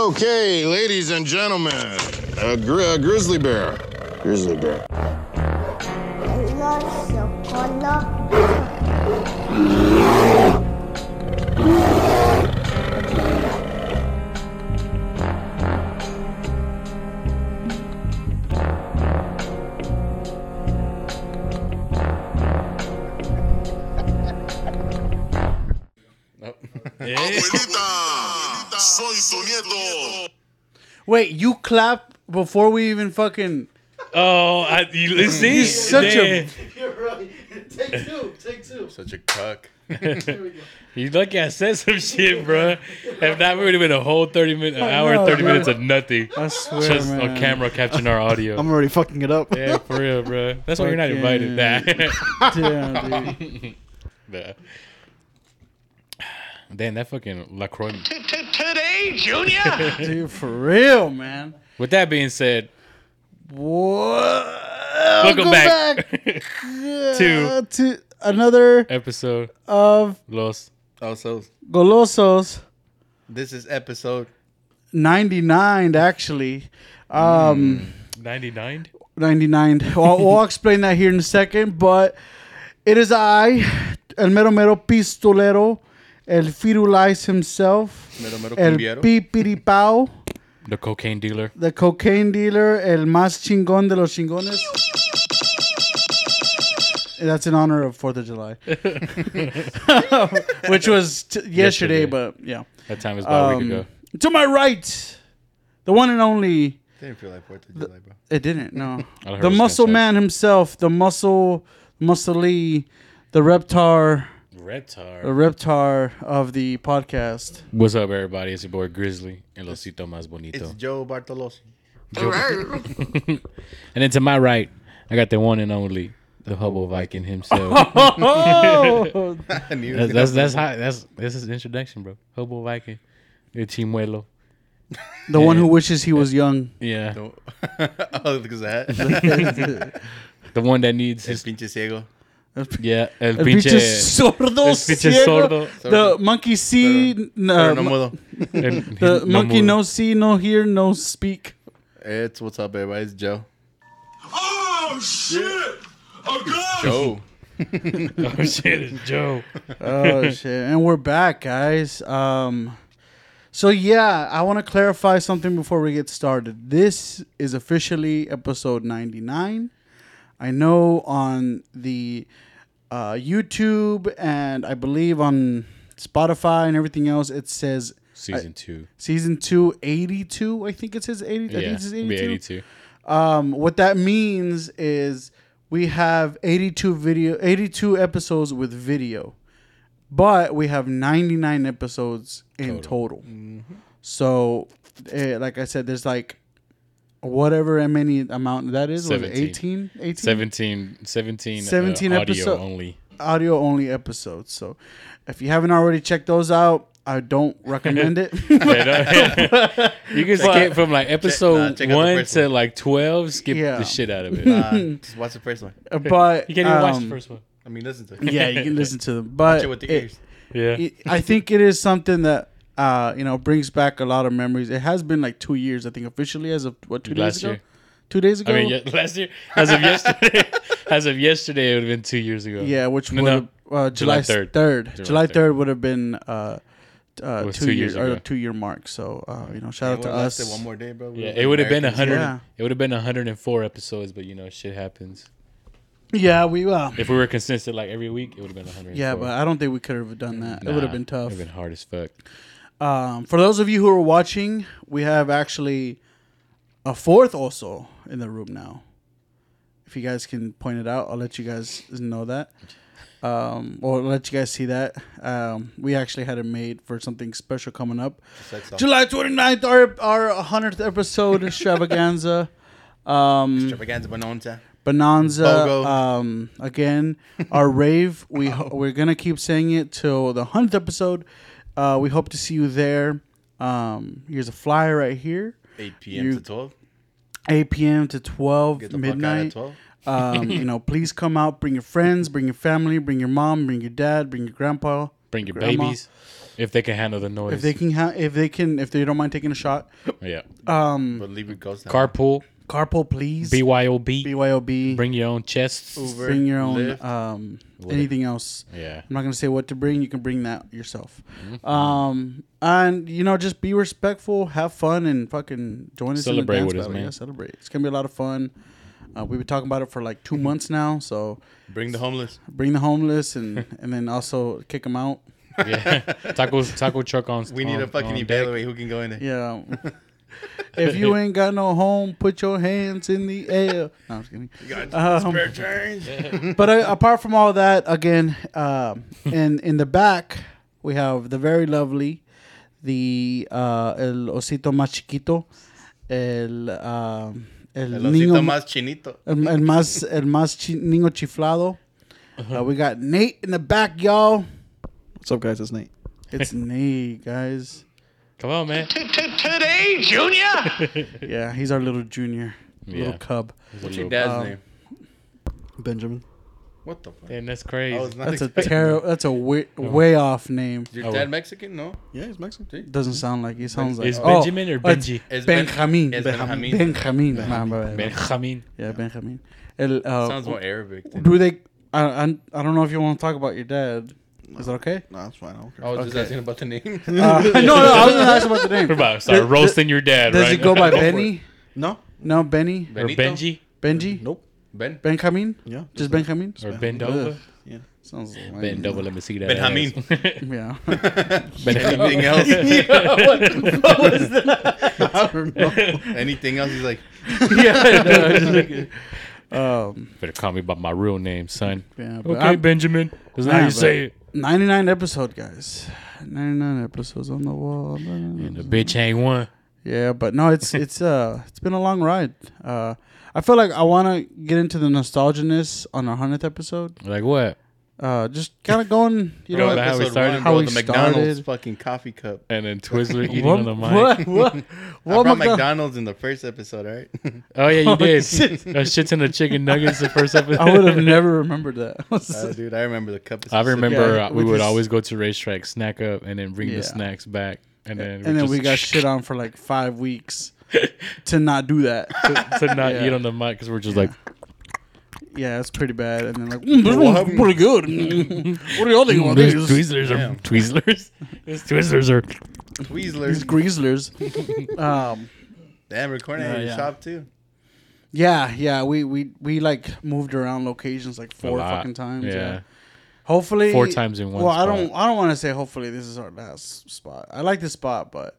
Okay, ladies and gentlemen, a, gri- a grizzly bear. Grizzly bear. lots of color. Abuelita, soy su nieto. Wait, you clap before we even fucking. Oh, I, you see, such a- They- You're right. Take two. Take two. Such a cuck. you lucky I said some shit, bro. If not, we would have been a whole thirty minutes, an hour, know, and thirty bro. minutes of nothing. I swear, Just man. a camera capturing our audio. I'm already fucking it up. yeah, for real, bro. That's why you're not invited. Nah. Damn, dude. nah. Damn, that fucking LaCroix. Today, Junior. dude, for real, man. With that being said, Wha- welcome Welcome back, uh, to another episode of Los. Also, Golosos this is episode 99, actually. Um, 99 99. Well, we'll explain that here in a second, but it is I, El Mero Mero Pistolero, El Firulais himself, Mero Mero El Cumbiero. Pipiripao, the cocaine dealer the cocaine dealer, El Mas Chingón de los Chingones. And That's in honor of 4th of July, which was t- yesterday, Yesterday. but yeah. that time is about a week Um, ago to my right, the one and only. Didn't feel like Fourth of July, bro. It didn't. No, I heard the it was muscle Snapchat. man himself, the muscle, muscly, the reptar, the reptar reptar of the podcast. Uh, what's up everybody it's your boy grizzly and losito mas It's bonito Joe Bartolosi. and then to my right i got the one and only the hubble viking himself Oh, I knew that's that's that's how that's this is introduction bro hubble viking el chimuelo Eh, the one who wishes he was young. yeah oh, look at that. the one that needs It's his pinche ciego. yeah el El pinche pinche sordo, el pinche ciego. sordo. The monkey see, n- Pero uh, no mo- mudo. and- the no monkey mudo. no see, no hear, no speak. It's what's up, everybody. It's Joe. Oh shit! Oh god! Joe. oh shit it's joe oh shit and we're back guys um so yeah i want to clarify something before we get started this is officially episode 99 i know on the uh, youtube and i believe on spotify and everything else it says season two season 2 82 i think it says 80 I think yeah it says be 82 um, what that means is we have 82 video 82 episodes with video but we have 99 episodes in total, Mm-hmm. so eh, like i said there's like whatever and many amount that is was it 17. 18 18 17 17, 17 uh, audio episode- only audio only episodes so if you haven't already checked those out i don't recommend it You can skip from like nah, episode check out the one first to like twelve. Skip Yeah. the shit out of it. Uh, just watch the first one. but you can't even watch the um, first one. I mean, listen to it. yeah you can listen to them but Shit with the it- ears. Yeah, it- I think it is something that uh, you know brings back a lot of memories. It has been like two years, I think, officially as of what two Last days ago. year. Two days ago. I mean, yeah, last year, as of yesterday, as of yesterday, it would have been two years ago. yeah, which No, would no. uh, July July 3rd. third. July, July 3rd. third would have been uh, uh, was two, two years, years or ago. the two year mark. So uh, you know, shout It out to would've lasted us. One more day, bro. We Yeah, would've it would have been Americans. hundred. Yeah. It would have been hundred and four episodes, but you know, shit happens. Yeah, we uh, If we were consistent like every week, it would have been hundred. yeah, but I don't think we could have done that. it would have been tough. It would have been hard as fuck. Um, for those of you who are watching, we have actually a fourth also in the room now. If you guys can point it out, I'll let you guys know that. Um, or let you guys see that. Um, we actually had it made for something special coming up. Sex doll. July 29th, our, our 100th episode extravaganza. Um, Extravaganza bonanza. Bonanza. Bogo. Um, again, our rave. We ho- we're gonna keep saying it till the hundredth episode. Uh, we hope to see you there. Um, here's a flyer right here. 8 p.m. You- to 12. 8 p.m. to 12 Get the fuck out midnight. at 12. um, you know, please come out. Bring your friends. Bring your family. Bring your mom. Bring your dad. Bring your grandpa. Bring your Grandma. babies. If they can handle the noise. If they can, ha- if they can, if they don't mind taking a shot, Yeah. Uh, But leave your ghost down. Carpool, carpool, please. BYOB, BYOB. bring your own chests. Uber, bring your own Lyft. um, anything else. Yeah. Mm-hmm. I'm not gonna say what to bring. You can bring that yourself. Um, and you know, just be respectful, have fun, and fucking join us. Celebrate in the dance with us, battle. man. Yeah, celebrate. It's gonna be a lot of fun. Uh, we've been talking about it for like two months now. So Bring the homeless. bring the homeless and and then also kick them out. Yeah. taco taco truck on. We need on- to fucking e- on deck. evaluate who can go in there. Yeah. if you ain't got no home, put your hands in the air. No, I'm just kidding. Um, Spare change. but uh, apart from all that, again, um, in in the back we have the very lovely, the uh, el osito más chiquito, el um, el, El niño osito ma- más chinito. el, el más el más chi- niño chiflado. Uh, we got Nate in the back, y'all. What's up, guys? It's Nate. It's Nate, guys. Come on, man. Today, Junior. Yeah, he's our little junior, Yeah. little cub. What's your dad's Um, name? Benjamin. What the fuck? And that's crazy. I was not That's a expecting terrible. That's a way, way off name. that. Your Oh. dad Mexican? No. Yeah, he's Mexican. Doesn't sound like he sounds like. Is oh, Benjamin or oh, it's Benji? It's Ben- Benjamin. it's Benjamin. Benjamin. Benjamin. My bad. Benjamin. Yeah, Benjamin. El, uh, Sounds more Arabic. Than Do they? I, I I don't know if you want to talk about your dad. Is that okay? Nah, that's fine. I don't care. I was just Okay. asking about the name. Uh, no, no. I was gonna ask about the We're name. about to start Does- roasting your dad, Does right? he go by for it. Benny? No. No, Benny. Or Benito? Benji? Benji. Nope. Ben. Benjamin. Yeah. Just Benjamin. Or Ben Dover? Yeah. Sounds like Ben Dover, let me see that. Benjamin. ass. Yeah. Anything else? I don't know. Anything else? He's like, um. Better call me by my real name, son. Yeah. But Okay, I'm- Benjamin. That's how Yeah, you say it. Ninety-nine episode, guys. Ninety-nine episodes on the wall. The bitch ain't one. Yeah, but no, it's it's uh it's been a long ride. Uh, I feel like I want to get into the nostalginess on our hundredth episode. Like what? Uh, just kind of going, you know, Go back. how we episode started? one, How bro, we the McDonald's started. fucking coffee cup. And then Twizzler eating what, on the mic. what what I what brought McDo- McDonald's in the first episode, all right? Oh yeah, you did. shit. Those shits in the chicken nuggets the first episode. I would have never remembered that. oh, dude, I remember the cup. I remember Yeah, uh, we with would this- always go to racetrack, snack up, and then bring Yeah. the snacks back, and then and then just we got shit on for like five weeks to not do that. to not Yeah. eat on the mic because we're just like Yeah, it's pretty bad. And then like, mm, this one's pretty good. what do y'all think about these these? Twizzlers Yeah. are Twizzlers. These Twizzlers are. These Twizzlers. Greaslers. um, Damn, recording at Yeah, your yeah. shop too. yeah, yeah. We we we like moved around locations like a four lot. fucking times. Yeah. yeah. Hopefully, Four times in one Well, I spot. don't. I don't want to say. Hopefully, this is our last spot. I like this spot, but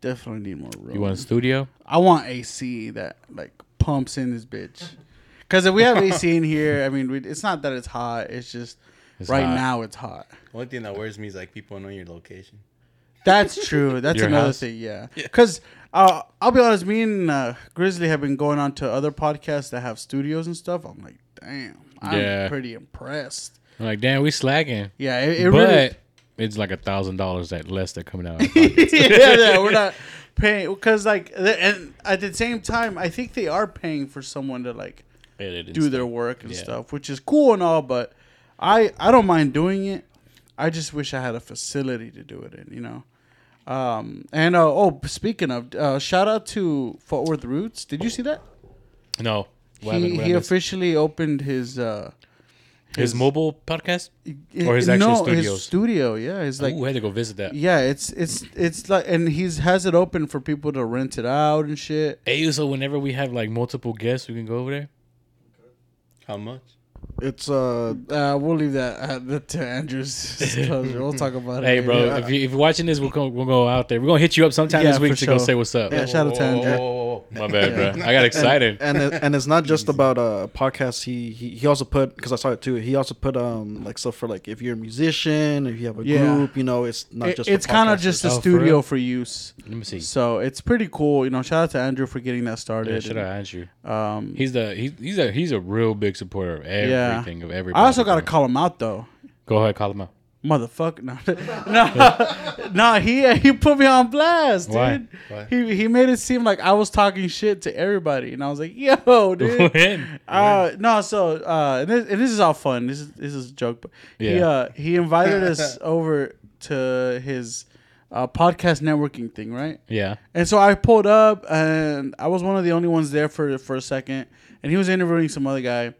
definitely need more room. You want a studio? I want AC that like pumps in this bitch. Because if we have AC in here, I mean, we, it's not that it's hot. It's just right hot. now it's hot. Only thing that worries me is like people know your location. That's true. That's Your another house? thing. Yeah. Because uh, I'll be honest, me and uh, Grizzly have been going on to other podcasts that have studios and stuff. I'm like, damn, I'm Yeah. pretty impressed. I'm like, damn, we slacking. Yeah, it, it but really. it's like a thousand dollars that less that coming out. yeah, yeah, we're not paying because like, the- and at the same time, I think they are paying for someone to like do their work and Yeah. stuff, which is cool and all, but I I don't mind doing it. I just wish I had a facility to do it in, you know. Um, and uh, oh, speaking of, uh, shout out to Fort Worth Roots. Did you see that? No. What happened? he What he happened? officially opened his uh, his mobile podcast? Or his eh, actual no, studios? his studio. Yeah, it's like Ooh, we had to go visit that. yeah, it's it's it's like, and he's has it open for people to rent it out and shit. Hey, so whenever we have like multiple guests, we can go over there. How much? It's uh Uh, we'll leave that uh, to Andrew's disclosure. We'll talk about it. Hey, later. bro, if, you, if you're watching this, we'll go, we'll go out there. We're gonna hit you up sometime Yeah, this week for to go sure. say what's up. Yeah, shout out to Whoa, whoa, Andrew. whoa, whoa, whoa. My bad, bro. I got excited. and it, and it's not just about uh podcasts. He he, he also put because I saw it too. He also put um like stuff for like if you're a musician, if you have a Yeah. group, you know, it's not It- just. for it's kind of podcasters. just Oh, a for studio real? for, use. Let me see. So it's pretty cool. You know, shout out to Andrew for getting that Yeah, started. shout out Andrew. Um, He's the he, he's a he's a real big supporter of Yeah. everything of everything. I also got to call him out though. Go ahead, call him out. Motherfucker, no, no, no, he he put me on blast, Why? dude. Why? He he made it seem like I was talking shit to everybody, and I was like, "Yo, dude, When? Uh, no, so uh, and this, and this is all fun. This is this is a joke, but he Yeah. uh, he invited us over to his uh, podcast networking thing, right? Yeah. And so I pulled up, and I was one of the only ones there for for a second. And he was interviewing some other guy,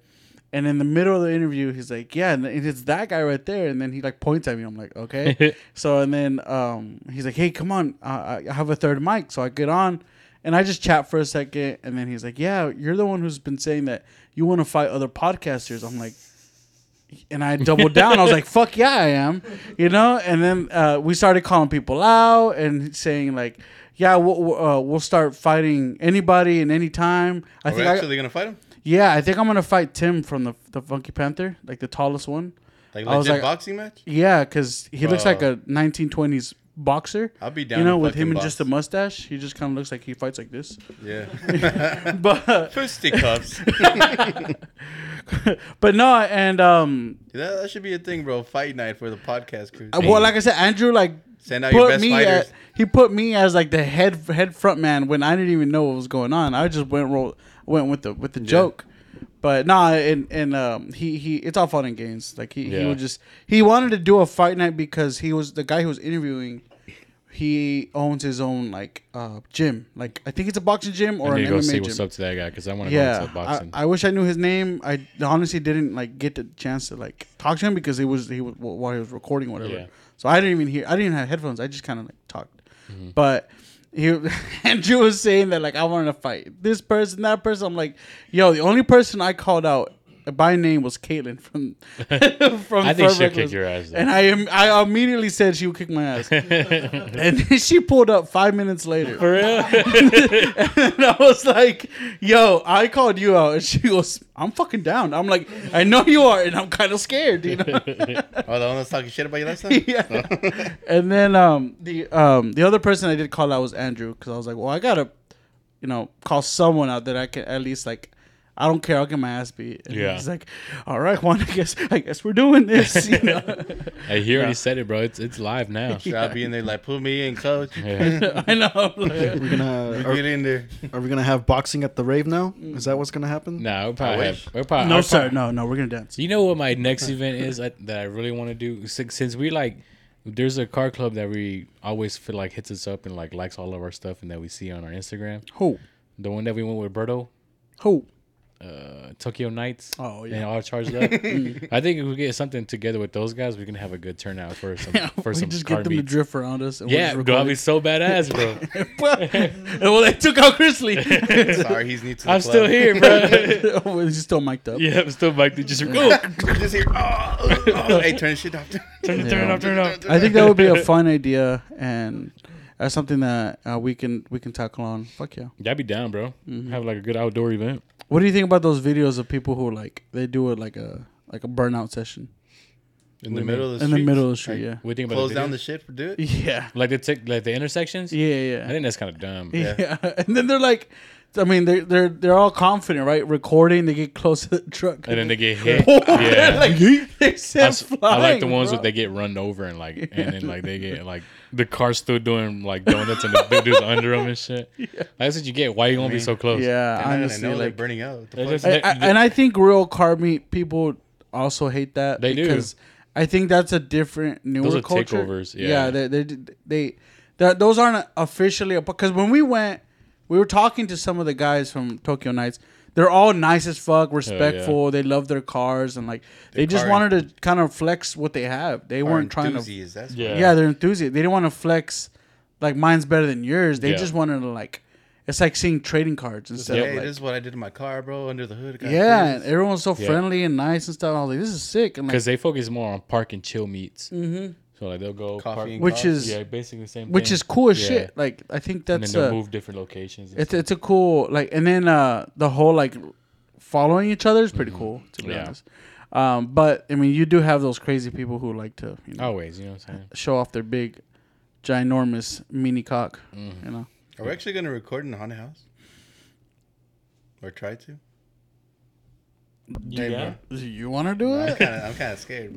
and in the middle of the interview, he's like, "Yeah," and it's that guy right there. And then he like points at me. I'm like, "Okay." so and then um, he's like, "Hey, come on, uh, I have a third mic." So I get on, and I just chat for a second. And then he's like, "Yeah, you're the one who's been saying that you want to fight other podcasters." I'm like, and I doubled down. I was like, "Fuck yeah, I am," you know. And then uh, we started calling people out and saying like, "Yeah, we'll, we'll, uh, we'll start fighting anybody in any time." I Are we think, I, Oh, actually gonna fight him? yeah, I think I'm gonna fight Tim from the the Funky Panther, like the tallest one. Like I was legit like- boxing match? Yeah, because he looks Wow. like a 1920s boxer. Oh. I'll be down You know, to with him fucking and just a box. mustache, he just kind of looks like he fights like this. Yeah. But Fisticuffs. but no, and um, that, that should be a thing, bro. Fight night for the podcast crew. Uh, well, like I said, Andrew like Send out your put best me fighters. at, he put me as like the head head front man when I didn't even know what was going on. I just went roll went with the with the joke. But nah, and and um, he he it's all fun and games. Like he, he Yeah. would just he wanted to do a fight night because he was the guy who was interviewing. He owns his own like uh gym. Like I think it's a boxing gym or an I need to go MMA see gym. what's up to that guy because I want to go yeah, into I, boxing. I wish I knew his name. I honestly didn't like get the chance to like talk to him because it was he was while he was recording whatever. Yeah. So I didn't even hear. I didn't even have headphones. I just kind of like talked. Mm-hmm. But he Andrew was saying that like I wanted to fight this person, that person. I'm like, yo, the only person I called out by name was Caitlin from from. I think Fur she'll kick Reckless. your ass, though. And I am. I immediately said she would kick my ass. and then she pulled up five minutes later. For real? And I was like, yo, I called you out. And she goes, I'm fucking down. I'm like, I know you are. And I'm kind of scared, you know? Oh, the one that's talking shit about you last time? yeah. And then um, the um, the other person I did call out was Andrew because I was like, well, I got to, you know, call someone out that I can at least, like, I don't care. I'll get my ass beat. And Yeah. He's like, all right, Juan, I guess, I guess we're doing this. You know? Hey, he already said it, bro. It's it's live now. Should I be in there like, put me in, coach? I know. I'm like- We're gonna Get in there. are, are we gonna have boxing at the rave now? Is that what's gonna happen? Nah, we'll probably wish. have. We'll probably, no, I'll sir. No, no, we're going to dance. Do you know what my next event is I, that I really want to do? Since, since we like, there's a car club that we always feel like hits us up and like likes all of our stuff and that we see on our Instagram. Who? The one that we went with Berto, Who? uh, Tokyo Nights. Oh, yeah. And all charged up. I think if we get something together with those guys, we can have a good turnout for some for we some just car get them to meets. drift around us. And we'll yeah, just bro, I'll record be it. so badass, bro. well, they took out Chrisley. Sorry, he's new to the I'm club. still here, bro. Oh, he's still mic'd up. yeah, I'm still back to just go. Just here. Oh, oh, oh. Hey, turn shit off. Turn, turn it off, turn it off. I think that would be a fun idea and that's something that uh, we can we can tackle on. Fuck yeah. That'd be down, bro. Mm-hmm. Have like a good outdoor event. What do you think about those videos of people who like they do it like a like a burnout session In the middle of the in street. the middle of the street? Yeah. We think about Close the down the video? shit for do it. Yeah. like the tick like the intersections. Yeah. I Yeah. think that's kind of dumb. Yeah. And then they're like, I mean, they're they're they're all confident, right? Recording, they get close to the truck. And then they get hit. They're yeah. like, they I, send s- I like the flying, ones bro. where they get run over and like, and then like they get like the car's still doing like donuts and the dude is under them and shit. That's what you get. Why you gonna be so close? Yeah, I know honestly, they're like burning out. What the They're fuck? just- I, I- and I think real car meat people also hate that. They do. I think that's a different newer Those are culture. takeovers, yeah yeah. they they they, that those aren't officially a because when we went, we were talking to some of the guys from Tokyo Nights. They're all nice as Oh, fuck, respectful. They love their cars and like they just car- wanted to kind of flex what they have. They Our weren't trying to. enthusiasts, That's Yeah. Yeah. they're enthusiastic. They didn't want to flex like mine's better than yours. They Yeah. just wanted to like. It's like seeing trading cards instead Hey, of like, this is what I did in my car, bro. Under the hood. got yeah, this. and everyone's so Yeah. friendly and nice and stuff. I was like, this is sick, and like, because they focus more on park and chill meets. Mm-hmm. So like they'll go Coffee park, and which coffee. is yeah, basically the same. which thing. is cool as Yeah. shit. Like, I think And then that's they'll a, move different locations. and it's it's a cool like, and then uh the whole like following each other is pretty cool to be Mm-hmm. Yeah. honest. Um, but I mean, you do have those crazy people who like to you know, Always, you know what I'm saying? show off their big, ginormous mini cock. Mm-hmm. You know, Are we actually gonna record in the haunted house? Or try to? Hey, Yeah. you want to do bro. I'm it? kind of, I'm kind of scared.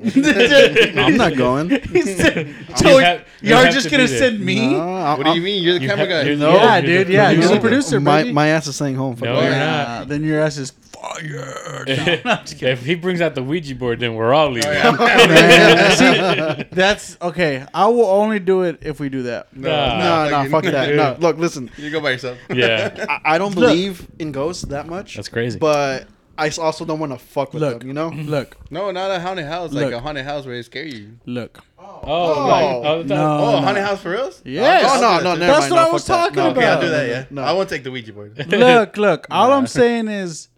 Bro. I'm not going. so You have- you you are have just to gonna be there. send me? No, I- what do you I'm- mean? You're the You camera have- guy. you're the- yeah, you're the- dude. Yeah, you're you're the the producer. My baby. my ass is staying home. Fuck No, that. you're Nah, not. Then your ass is fired. if he brings out the Ouija board, then we're Oh, all leaving. That's okay. I will only do it if we do that. Nah. No, no, fuck that. No, look, listen. You go by yourself. Yeah. I, I don't believe in ghosts that much. That's crazy. But I s- also don't want to fuck with Look. Mm-hmm. them. You know. Look, No, not a haunted house. Like Look. a haunted house where they scare you. look. Oh, like, oh, no. Oh, a haunted house for reals? Yes. Oh, No, no, no, never That's mind, what no, I fuck was that. talking No, about. Okay, I'll do that. Yeah. No. I won't take the Ouija board. look, look. All I'm saying is,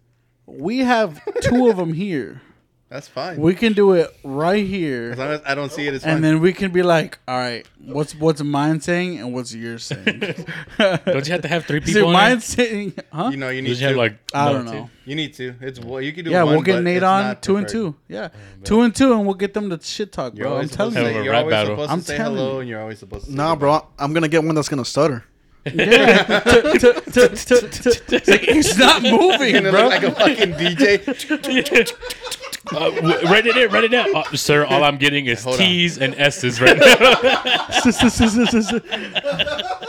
we have two of them here. That's fine. We can do it right as here, long as I don't see it, it's fine. and then we can be like, all right, what's what's mine saying and what's yours saying? Don't you have to have three Is it people? mine on? saying? Huh? you know you You need just to. have like I no, don't two. know. you need to. It's well, you can do. Yeah, one, we'll get but Nate it's on not two and preferred. two. Yeah, two and two, and we'll get them to shit talk, You're bro. I'm always telling supposed you. Have a to say- You're rap always battle. supposed to I'm say telling hello, you. and you're always supposed to. say Nah, bro. I'm gonna get one that's gonna stutter. Yeah. T- t- t- t- t- it's like, It's not moving, You're bro. gonna look like a fucking DJ. Uh, w- write it in. Write it down, uh, sir. All I'm getting is Hold on. T's and S's right now.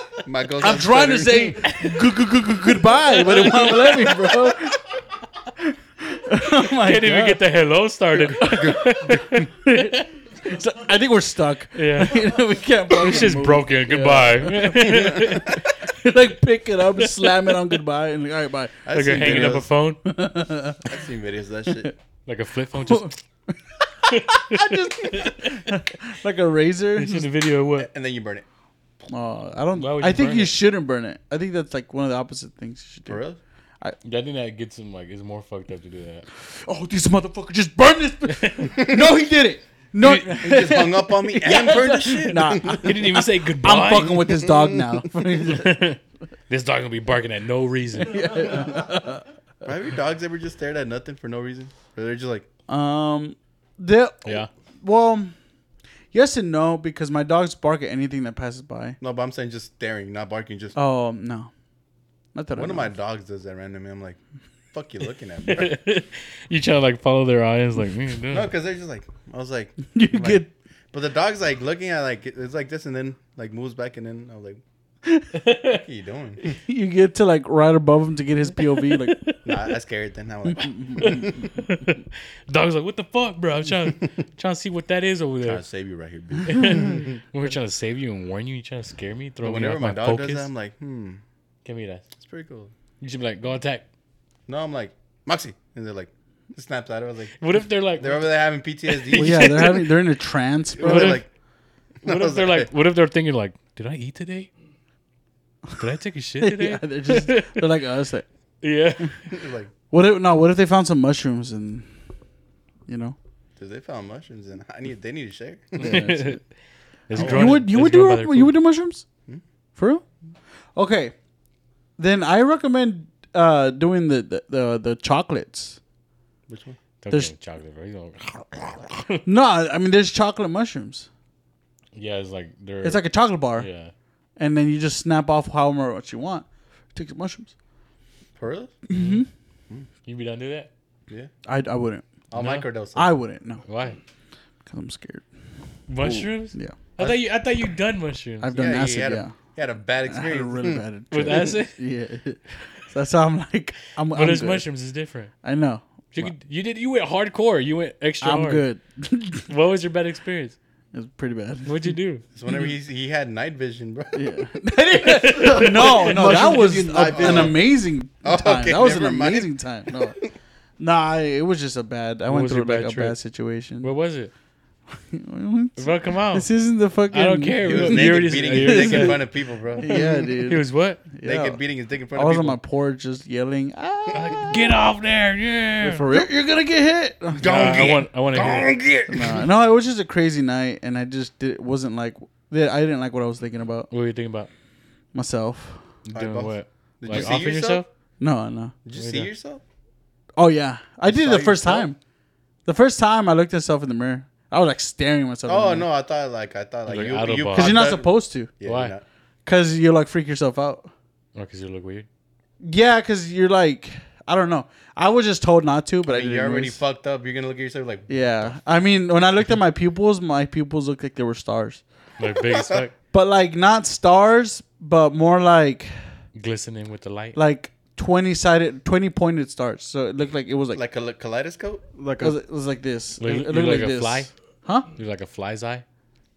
My ghost I'm is trying to stuttering. say good, good, good, good, goodbye, but it won't let me, bro. oh my Can't even God. get the hello started. So, I think we're stuck. yeah, You know, we can't. fucking it's just move. broken. Goodbye. like pick it up, slam it on goodbye, and like, all right, bye. I've like you're seen hanging up videos- a phone, I've seen videos of that shit. like a flip phone. Just Like a razor. it's just a video of what? And then you burn it. Oh, I don't. Why would I you think burn you it? shouldn't burn it. I think that's like one of the opposite things you should do. For real? I think that gets him like it's more fucked up to do that. Oh, this motherfucker just burned this. no, he did it. No, He just hung up on me and burned the shit. nah. He didn't even say goodbye. I'm fucking with this dog now. This dog gonna be barking at no reason. Have your dogs ever just stared at nothing for no reason? Or they're just like, um, the Yeah. well, yes and no because my dogs bark at anything that passes by. no, but I'm saying just staring, not barking. Just Oh no, not that I one of know my dogs does that randomly. I'm like, fuck you looking at me. bro?" You trying to like follow their eyes, like mm, dude. no, because they're just like, I was like, You like- get but the dog's like looking at like it's like this, and then like moves back, and then I was like, what are you doing? you get to like right above him to get his POV. Like Nah, I scared. Then I was like, trying dog's like, what the fuck, bro? I'm trying, trying to see what that is over there. to save you right here. Bitch. We We're trying to save you and warn you. You trying to scare me? Throw But me whenever off my, my dog focus. does that, I'm like, hmm, Give me that. it's pretty cool. You should be like, go attack. No, I'm like, Moxie, and they're like, snaps at her. I was like, What if they're like, they're over there having PTSD. well, yeah, they're having they're in a trance, bro. They're if- like, what if they're like, what if they're thinking like, did I eat today? Did I take a shit yeah, today? they're just they're like us. Like, yeah. They're like, what if no? What if they found some mushrooms and you know Dude, they found mushrooms and I need they need to share. It's you grown- would you it's would grown do by you their would food. do mushrooms for real? Okay, then I recommend uh doing the the the, the chocolates. Which one? Don't there's- give him chocolate, bro. He's gonna- No, I I mean there's chocolate mushrooms. Yeah, it's like they're. It's like a chocolate bar, yeah. and then you just snap off however much you want. Take some mushrooms. Pearl? You be done do that? Yeah. I, I wouldn't. I'll microdose. it. I wouldn't. No, Why? because I'm scared. Mushrooms? Yeah, I thought you. I thought you done mushrooms I've done yeah, acid. he had, yeah, A, Mm. he had a bad I had experience. a really bad. with trip. acid. Yeah, so that's how I'm like. I'm. But I'm it's good. mushrooms is different. I know. You, could, you did. You went hardcore. You went extra. I'm hard. good. it What was your bad experience? was pretty bad. What'd you do? It's whenever he, he had night vision, bro. no, no, that was a- night an vision. amazing Oh, time. okay, that was an never mind. amazing time. No, nah, I- it was just a bad. I went was through your like bad a trip? bad situation. What was it? Bro, come on. this isn't the fucking. I don't care. He was You naked already- beating you his already dick in said- front of people, bro. Yeah, dude. He was what? yeah. Naked beating his dick in front I was of on people. my porch just yelling. Ah, Like, Get off there! Yeah. for real? You're gonna get hit. Nah, I want. I want to hear. it. Nah, no, it was just a crazy night, and I just did, wasn't like. I didn't like what I was thinking about What were you thinking about? myself. Doing boss. what? Did like you see offing yourself? yourself? No, no. Did you see yourself? Oh yeah, I did it saw the first yourself? time. The first time I looked at myself in the mirror, I was like staring at myself. Oh no, I thought like I thought like, Like you out of you box. because you're not popped up- supposed to. Yeah, Why? you're not. Because you like freak yourself out. Oh, because you look weird. Yeah, because you're like I don't know. I was just told not to, but I, Like, didn't. you're already notice. fucked up. You're gonna look at yourself like yeah, I mean, when I looked at my pupils, my pupils looked like they were stars, Like big as fuck, but like not stars, but more like glistening with the light. like twenty sided, twenty pointed stars. So it looked like it was like, Like a li- kaleidoscope? like it, was, it was like this. Like- it, you it looked like like, a this. fly? Huh? You're like a fly's eye.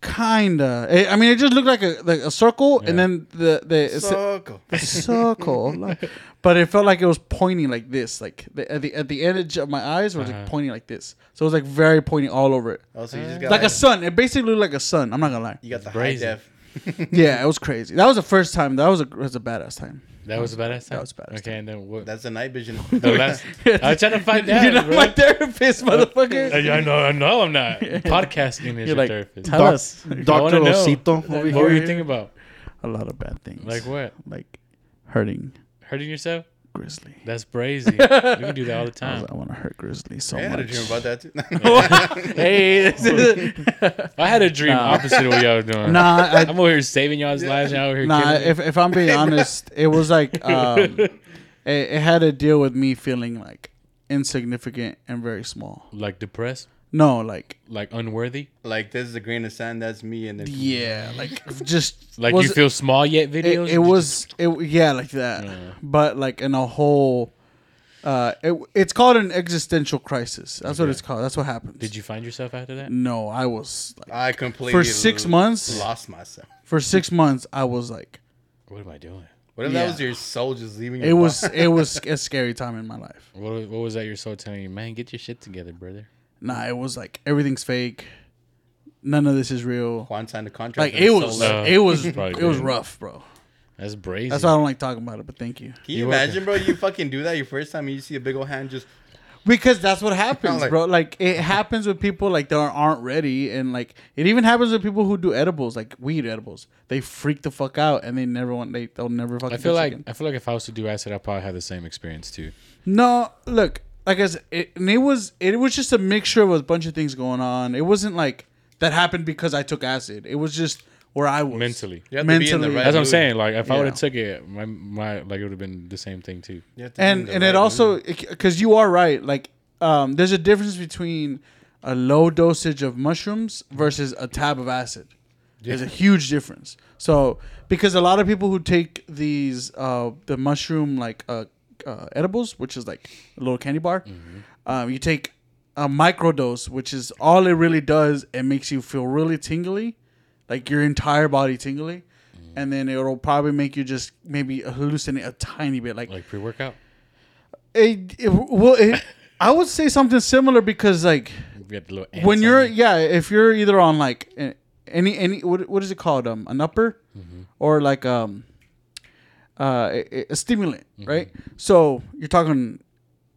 Kinda. It- I mean, it just looked like a like a circle, and Yeah. then the the Circle. circle, like- but it felt like it was pointing like this, like the, at the at the edge of my eyes was Uh-huh. like pointing like this. So it was like very pointy all over it, Oh, so you just got like a sun. It basically looked like a sun. I'm not gonna lie. you got the Brazen. high def. Yeah, it was crazy. That was the first time. That was a that was a badass time. That was a badass. Time? was a badass Okay, and then what? That's the night vision. the last. I was trying to find out. You're not bro. my therapist, motherfucker. I I know, I know, I'm not. Podcasting is You're your like, therapist. tell Doc- us Dr. wanna know. Osito over what were you here. thinking about? a lot of bad things, Like what? like hurting Hurting yourself? Grizzly. That's brazy. you can do that all the I, time. want to hurt Grizzly so I had a dream much. about that too. hey, this is- I had a dream opposite of what y'all were doing. nah, I, I'm over here saving y'all's lives. Y'all over here Nah, killing me. if, if I'm being honest, it was like um, it, it had to deal with me feeling like insignificant and very small. like depressed, No, like like unworthy, like this is a grain of sand. That's me. And then yeah, like just like was- you feel small yet. It, Videos. it was it yeah like that, Yeah. but like in a whole. Uh, it, it's called an existential crisis. That's what it's called. That's what happens. Did you find yourself after that? No, I was like, I completely for six l- months. lost myself. For six months, I was like, What am I doing? What if Yeah. that was your soul just leaving? it your was body? it was a scary time in my life. What, what was that your soul telling you? Man, get your shit together, brother. Nah, it was like everything's fake. None of this is real. Juan signed a contract. Like and it sold was, out. left. it was, Probably it was did. rough, bro. That's brazy. That's why I don't like talking about it. But thank you, Can you imagine, bro? You fucking do that your first time, and you see a big old hand just. because that's what happens, Like- bro. Like it happens with people like that aren't ready, and like it even happens with people who do edibles, like weed edibles. They freak the fuck out, and they never want. They they'll never fucking. I feel touch like again. I feel like if I was to do acid, I'd probably have the same experience too. No, look, like I said, it, and it was it was just a mixture of a bunch of things going on. It wasn't like that happened because I took acid. It was just where I was Mentally. You have to be in the right That's what I'm Dude. saying. Like if I Yeah. would have took it, my my like it would have been the same thing too. You have to be in and the and right it mood. also because you are right like um there's a difference between a low dosage of mushrooms versus a tab of acid there's a huge difference so because a lot of people who take these uh the mushroom like uh, uh edibles which is like a little candy bar um you take a microdose which is all it really does it makes you feel really tingly like your entire body tingly and then it'll probably make you just maybe hallucinate a tiny bit like Like pre workout. it, it well it, i would say something similar because like You get the little when ants you're on you. yeah if you're either on like a- any any what, what is it called um an upper Mm-hmm. or like um uh a, a stimulant Mm-hmm. right so you're talking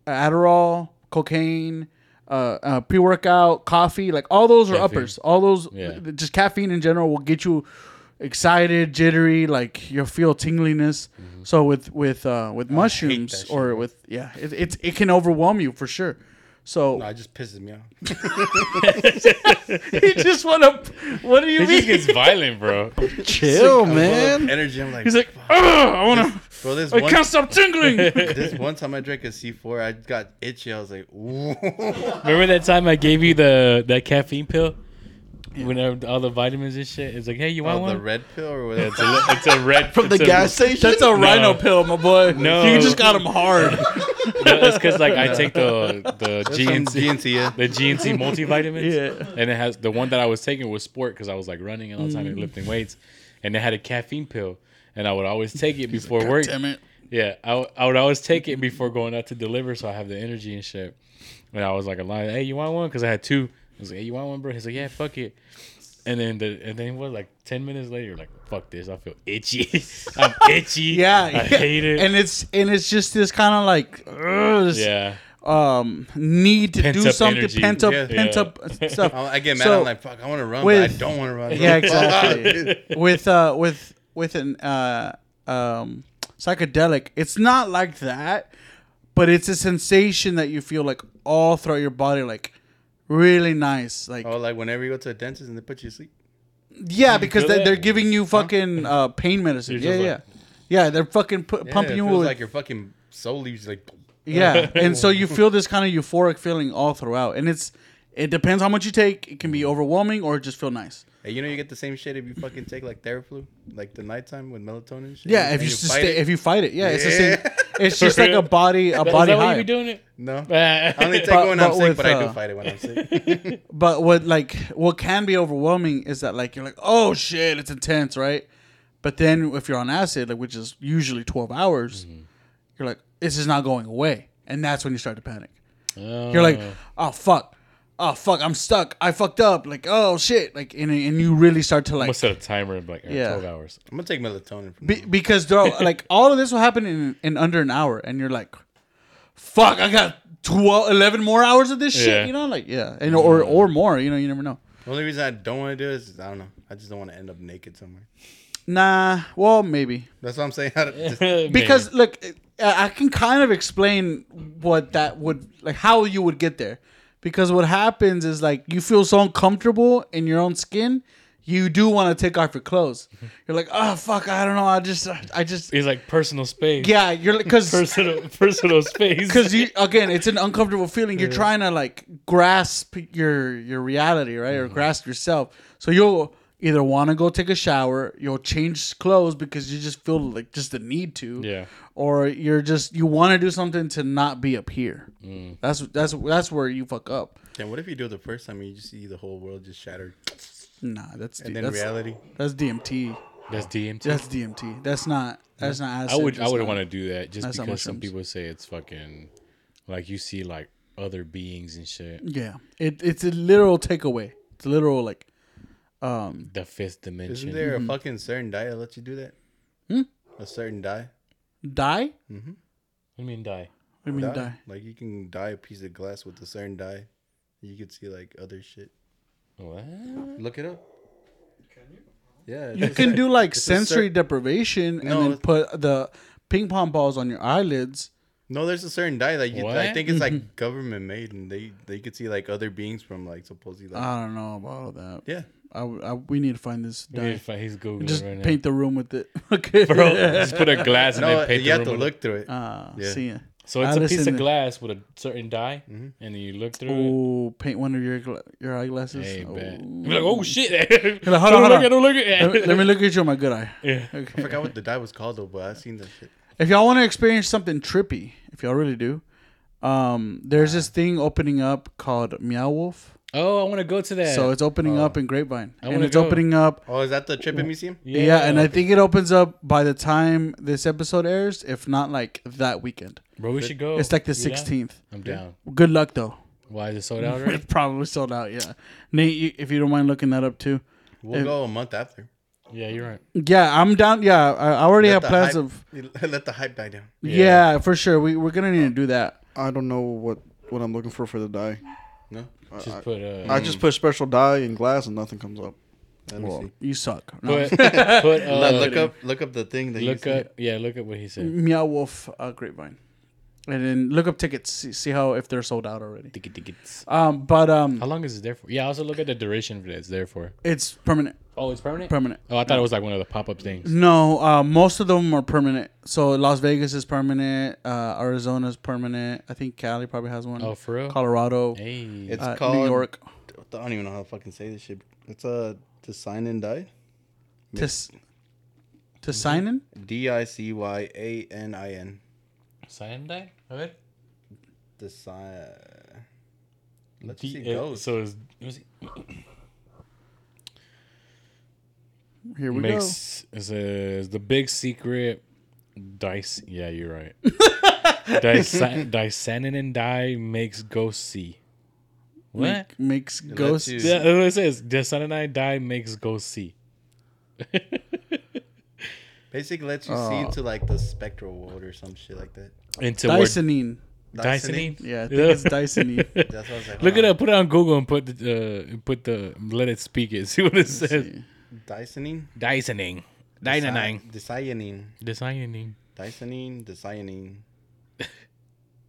adderall cocaine uh, uh pre-workout coffee like all those are Caffeine. uppers all those Yeah. just caffeine in general will get you excited jittery like you'll feel tingliness Mm-hmm. so with with uh with mushrooms shit. or with yeah it, it's it can overwhelm you for sure so No, it just pisses me off. he just want to. What do you He just mean? gets violent, bro. Chill, Full of man. energy. I'm like, He's like, oh, I want bro, this to. I one, can't stop tingling. this one time I drank a C4, I got itchy. I was like, ooh. Remember that time I gave you the that caffeine pill? Whenever all the vitamins and shit, it's like, hey, you want Oh, one? the red pill or whatever. It's a, it's a red from station. That's a rhino pill, my boy. No. you just got him hard. it's because like I take the the Some GNC GNC, yeah. the GNC multivitamins. Yeah. And it has the one that I was taking was sport because I was like running all the time and lifting weights, and it had a caffeine pill, and I would always take it before work. Damn it. Yeah, I, w- I would always take it before going out to deliver, so I have the energy and shit. And I was like, "Alive, hey, you want one?" Because I had two. I was like, "Hey, you want one, bro?" He's like, "Yeah, fuck it." And then the and then what? Like ten minutes later, like fuck this, I feel itchy. I'm itchy. Yeah, I yeah. hate it. And it's and it's just this kind of like, ugh, this, yeah, um, need to do Pent-up something, energy. pent up, Yeah. pent up stuff. I I get mad. So- I'm like, fuck, I want to run, but I with- don't want to run. Yeah, Fuck. exactly. with uh, with with an uh, um, psychedelic, it's not like that, but it's a sensation that you feel like all throughout your body, like really nice, like Oh, like whenever you go to a dentist and they put you to sleep. yeah, because feel they, that? they're giving you fucking uh, pain medicine. You're Yeah, just yeah, like- yeah. They're fucking pu- Yeah, pumping it you feels with like your fucking soul leaves like. yeah, and so you feel this kind of euphoric feeling all throughout, and it's it depends how much you take. It can be overwhelming or just feel nice. Hey, you know you get the same shit if you fucking take like Theraflu, like the nighttime with melatonin. and shit. Yeah, if and you, just fight stay, it. if you fight it, yeah, it's the same. It's just like a body, a Is body that why high. you be doing it? No. I I only take But- it when I'm but sick, with, but I uh, do fight it when I'm sick. But what like what can be overwhelming is that like you're like, oh shit, it's intense, right? But then if you're on acid, like which is usually twelve hours, you're like, this is not going away, and that's when you start to panic. You're like, oh fuck, oh fuck, I'm stuck, I fucked up, like oh shit, like and and you really start to I'm like gonna set a timer and be like, Yeah. yeah. 12 hours. I'm gonna take melatonin. From be, because though like all of this will happen in in under an hour, and you're like, fuck, I got 12, 11 more hours of this shit, Yeah. you know, like yeah, and or or more, you know, you never know. the only reason I don't want to do is I don't know. I just don't want to end up naked somewhere. Nah, well maybe. That's what I'm saying. I don't- just- because look i I can kind of explain what that would like how you would get there because what happens is like you feel so uncomfortable in your own skin you do want to take off your clothes you're like oh fuck i don't know i just i just it's like personal space. yeah you're like because Personal, personal space. because you again it's an uncomfortable feeling you're trying to like grasp your your reality right or grasp yourself so you'll either want to go take a shower you'll change clothes because you just feel like just the need to Yeah. or you're just you want to do something to not be up here that's that's that's where you fuck up Then what if you do it the first time and you just see the whole world just shattered, nah that's and then that's, reality? that's dmt That's DMT. that's dmt that's not that's not I acid. would I That's would not- want to do that just That's not because some mushrooms. people say it's fucking like you see like other beings and shit. yeah it, it's a literal takeaway it's a literal like The fifth dimension. Isn't there Mm-hmm. a fucking certain diet that lets you do that? Hmm? A certain diet. die what What do you mean die? do you mean Dye? die Like you can dye a piece of glass with a certain dye. You could see like other shit. What? Look it up. Can you? Yeah. You can do like a cer- sensory deprivation and No, then it's- put the ping pong balls on your eyelids. No, there's a certain dye that you. I What? think it's like government made, and they they could see like other beings from like supposedly. Like, I don't know about all of that. yeah. I, I- we need to find this. We need to Dye. find- He's googling Just right paint the room with it. Okay. now. Bro, just put a glass and No, then paint you the have room to with- look through it. Uh, Yeah. See ya. So it's I a piece listen of to- glass with a certain dye, Mm-hmm. and then you look through Ooh, Oh, paint one of your gla- your eyeglasses. it. Hey, bet. Ooh. You're like, oh shit! Hold on, don't hold look on. at, don't look Let at. me- Let me look at you with my good eye. Yeah. Okay. I forgot what the dye was called though, but I seen that shit. If y'all want to experience something trippy, if y'all really do, um, there's this thing opening up called Meow Wolf. Oh, I want to go to that. So it's opening up in Grapevine, and Oh. wanna it's go. opening up Oh, is that the Trippin Museum? Yeah, and I think it opens up by the time this episode airs, if not like that weekend. bro, we should go. It's like the You down? 16th. I'm down. Good luck though. Why is it sold out already? It's probably sold out. Yeah, Nate, you, if you don't mind looking that up too. We'll go a month after. yeah, you're right. Yeah, I'm down. Yeah, I, I already have the plans hype- of. Let the hype die down. Yeah. for sure. We we're gonna need to do that. I don't know what what I'm looking for for the dye. No, Just put uh, I just put special dye in glass and nothing comes up. let me see. You suck. No. put, put uh, Let- look up, look up the thing that you look see. up. Yeah, look up what he said. Meow Wolf uh, Grapevine, and then look up tickets. See, see how if they're sold out already. Diggy diggy. Um, but um, How long is it there for? Yeah, I also look at the duration that it's there for. it's permanent. Oh, it's permanent. Permanent. Oh, I thought it was like one of the pop up things. No, uh, most of them are permanent. So Las Vegas is permanent. Uh, Arizona's permanent. I think Cali probably has one. Oh, for real? Colorado, Hey, It's uh, called New York. I don't even know how to fucking say this shit. It's a to sign and die. To, s- to sign in? D I C Y A N I N. Sunday. A ver. Design. Let's D- see. eh, Goes. So it's, let's see. Here we makes it says the big secret. Dice. Yeah, you're right. Dice. Disanin and die makes ghost see. go. What? Make- makes ghosts. you- Yeah, that's what it says. Disanin and I die makes ghost see. Basically, lets you see into like the spectral world or some shit like that. Into where- Dysonine. Dysonine? Yeah, I think it's Dysonine. That's what I was like. uh, Look hold it on. up. Put it on Google and put the uh, put the let it speak it. See what it says. Dysoning. Dysoning. Dysoning. Desi- Desayuning. Dysoning. Dysoning. Desayuning.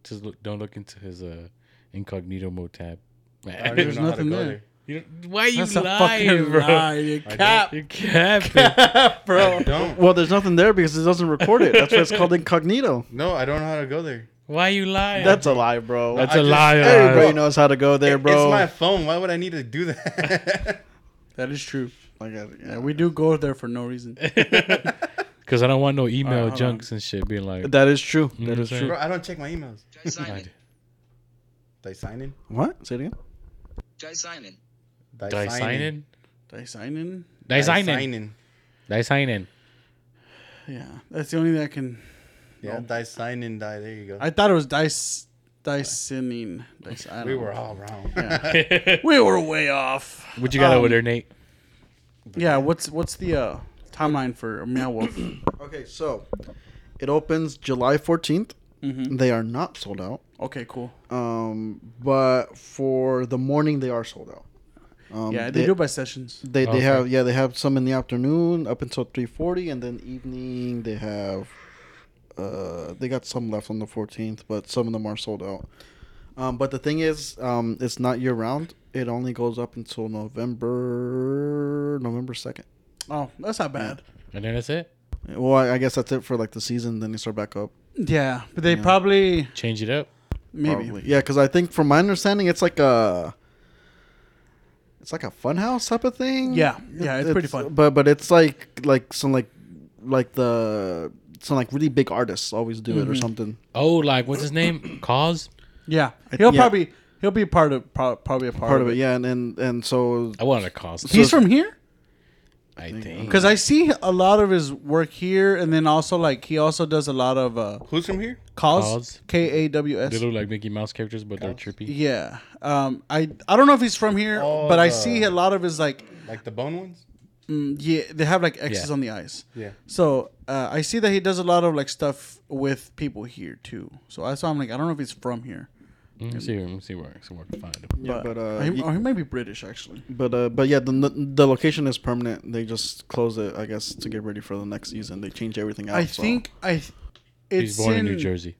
Just look, don't look into his uh, incognito mode tab. I don't even There's know how to nothing go there. there. You don't- Why you That's a lying, fucking bro? lie. You cap, You're capping. bro. Don't. Well, there's nothing there because it doesn't record it. That's why it's called incognito. No, I don't know how to go there. Why you lying? That's a lie, bro. That's I a just- lie. Everybody Everybody knows how to go there, bro. It's my phone. Why would I need to do that? That is true. Like, I- yeah. Eh. Yeah, we do go there for no reason. Because I don't want no email junks and shit being like, That is true. You know That what is I'm true. saying? Bro, I don't check my emails. Jai Simon. Did I sign in? What? Say it again. Jai Simon. Did I did I sign in? Did I sign in? Did I Did I sign in? in? Did I sign in? Yeah, that's the only thing I can. Yeah, did I sign in? Did I- There you go. I thought it was dice, dicing. Dice, I we don't were know. all wrong. we were way off. What you got over there, Nate? Yeah, what's what's the uh, timeline for Meow Wolf? Okay, so it opens July 14th. They are not sold out. okay, cool. Um, but for the morning they are sold out. Um, Yeah, they, do it by sessions. They, they Okay. have yeah they have some in the afternoon up until three forty and then evening they have uh they got some left on the fourteenth but some of them are sold out. Um, but the thing is um it's not year round. It only goes up until November November second. Oh, that's not bad. And then that's it. Well, I, I guess that's it for like the season. Then they start back up. Yeah, but they probably Change it up. maybe. Probably. Yeah, because I think from my understanding, it's like a, it's like a fun house type of thing. Yeah, yeah, it's pretty fun. But but it's like like some like like the some like really big artists always do Mm-hmm. it or something. Oh, like what's his name? Cause. Yeah, he'll yeah. probably he'll be part of pro- probably a part, Part of it, yeah, and and, and so I wanted a cause. He's from here I think. because I see a lot of his work here, and then also like he also does a lot of uh, Who's from here? cause Cause. K A W S. They look like Mickey Mouse characters, but they're trippy. Yeah. Um. I I don't know if he's from here, Oh, but I the- see a lot of his like. Like the bone ones? mm, Yeah, they have like X's Yeah. on the eyes. Yeah. So uh, I see that he does a lot of like stuff with people here too. So that's why I'm like, I don't know if he's from here, Let me see, let me see where, see where I can find him. yeah, but uh, or he, y- or oh, he might be British actually. but uh, but yeah, the the location is permanent. They just close it, I guess, to get ready for the next season. They change everything out. I so- think I. th- It's He's born in New in- Jersey.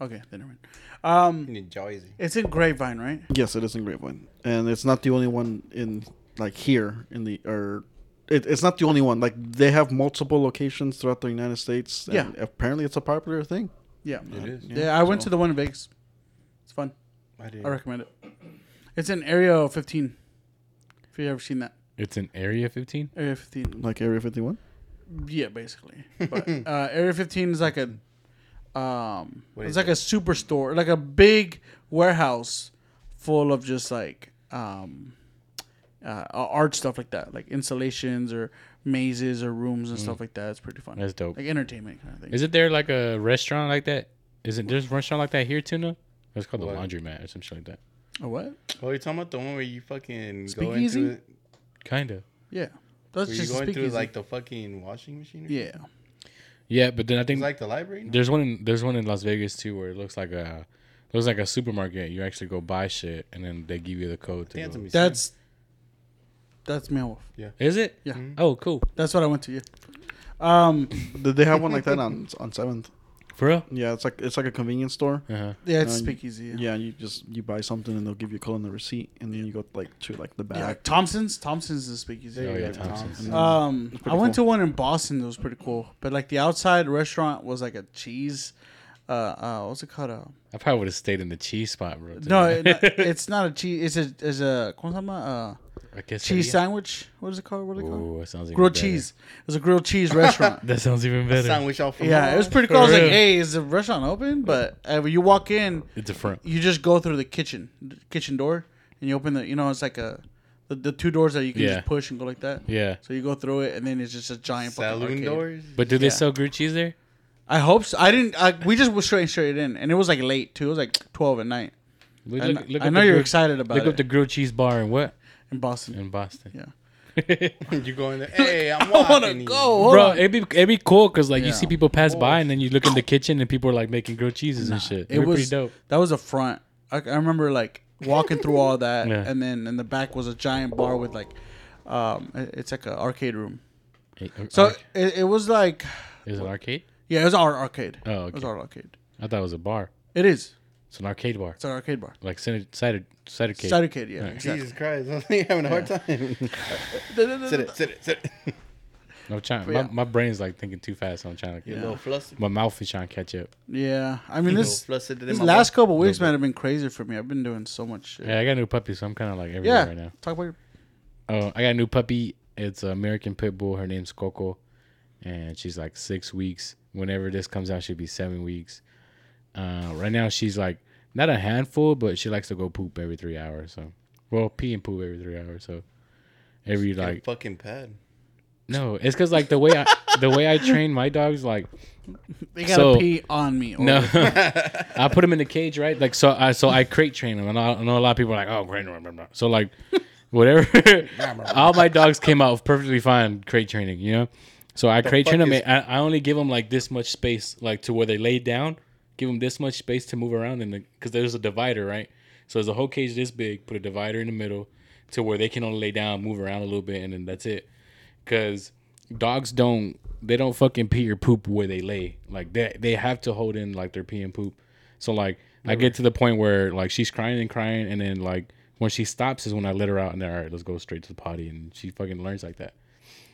Okay, then never mind. In Jersey. It's in Grapevine, right? Yes, it is in Grapevine, and it's not the only one in like here in the or it, it's not the only one. Like they have multiple locations throughout the United States. and Yeah. apparently it's a popular thing. Yeah. It is. Yeah, I went to the one in Vegas. It's fun. I did. I recommend it. It's in Area 15. If you've ever seen that, It's in Area 15. Area 15. Like Area Fifty One. Yeah, basically. But uh, Area 15 is like a, um, it's is like a superstore, like a big warehouse full of just like um, uh, art stuff like that, like installations or mazes or rooms Mm. and stuff like that. It's pretty fun. That's dope. Like entertainment kind of thing. Is it there like a restaurant like that? Is it there's a restaurant like that here, Tuna? It's called What? the Laundromat or some shit like that. a what? Oh, you're talking about the one where you fucking go Speakeasy? into it? Kinda. Yeah, that's Where you just going through speaking. like the fucking washing machine? or something? yeah, Yeah, but then I think It's like the library? No? there's one in there's one in Las Vegas too where it looks like a looks like a supermarket. You actually go buy shit and then they give you the code to Yeah, it's a go. museum. that's that's Meow Wolf. Is it? Yeah. Oh, cool. That's what I went to. Yeah. Um. Did they have one like that on on Seventh? For real? Yeah, it's like it's like a convenience store. Uh-huh. Yeah, it's Um, Uh, speakeasy. Yeah. Yeah, you just you buy something and they'll give you a call on the receipt, and then you go like to like the Yeah, back. Thompson's. Thompson's is speakeasy. Oh yeah, go, Thompson's. Um, I pretty went cool. to one in Boston that was pretty cool, but like the outside restaurant was like a cheese. Uh, uh what's it called? Uh, I probably would have stayed in the cheese spot, bro. no, it, it's not a cheese. It's a it's a ¿cómo se llama? Uh, I guess cheese sandwich. What is it called? What do they call it? Ooh, that sounds even Grilled better. cheese. It was a grilled cheese restaurant. That sounds even better. Sandwich off from yeah, it was home? pretty cool. I was like, real. hey, is the restaurant open? But uh, when you walk in, it's a front. you just go through the kitchen, the kitchen door, and you open the. You know, it's like a. The, the two doors that you can Yeah. just push and go like that. Yeah. So you go through it, and then it's just a giant fucking Saloon arcade. doors? But do they Yeah. sell grilled cheese there? I hope so. I didn't. I, we just went straight straight in, and it was like late too. It was like twelve at night Look, I look- kn- look I up know the you're grilled- excited about Look it. up the grilled cheese bar in what? in Boston. In Boston. Yeah, you go in there. Hey, I'm I walking. want to here." go. Hold Bro, on. it'd be it'd be cool because like Yeah. you see people pass by and then you look in the kitchen and people are like making grilled cheeses and shit. It'd it be was pretty dope. that was a front. I, I remember like walking through all that, Yeah. and then in the back was a giant bar with like, um, it- it's like an arcade room. So So it, it was like, is it an arcade? yeah, it was our arcade. Oh, It was okay. our arcade. I thought it was a bar. It is. It's an arcade bar, It's an arcade bar. like cider cider cider cake. Side arcade. Yeah, exactly. Jesus Christ. I think you're having a hard time. sit it, sit it, sit it. No, I'm trying. yeah. My, my brain's like thinking too fast. So I'm trying to. You little flustered. My mouth is trying to catch up. Yeah, I mean this. flustered in These my last couple weeks, man, have been crazy for me. I've been doing so much shit. Yeah, I got a new puppy, so I'm kind of like everywhere Yeah, right now. talk about your Oh, I got a new puppy. It's an American pit bull. Her name's Coco, and she's like six weeks. Whenever this comes out, she'll be seven weeks. Uh, right now, she's like not a handful, but she likes to go poop every three hours. So, well, pee and poop every three hours. So, every Get a like fucking pad. no, it's because like the way I the way I train my dogs like They gotta So- pee on me. Or no, I put them in the cage, right? Like so, I so I crate train them. I know, I know a lot of people are like, oh, crate, blah, blah, blah." so like, whatever. All my dogs came out perfectly fine crate training, you know. So I crate train fuck them. is- I, I only give them like this much space, like to where they lay down. Give them this much space to move around, and because there's a divider, right? So there's a whole cage this big. Put a divider in the middle, to where they can only lay down, move around a little bit, and then that's it because dogs don't they don't fucking pee or poop where they lay like that they, have to hold in like their pee and poop so like i get to the point where like she's crying and crying and then like when she stops is when i let her out and then all right let's go straight to the potty and she fucking learns like that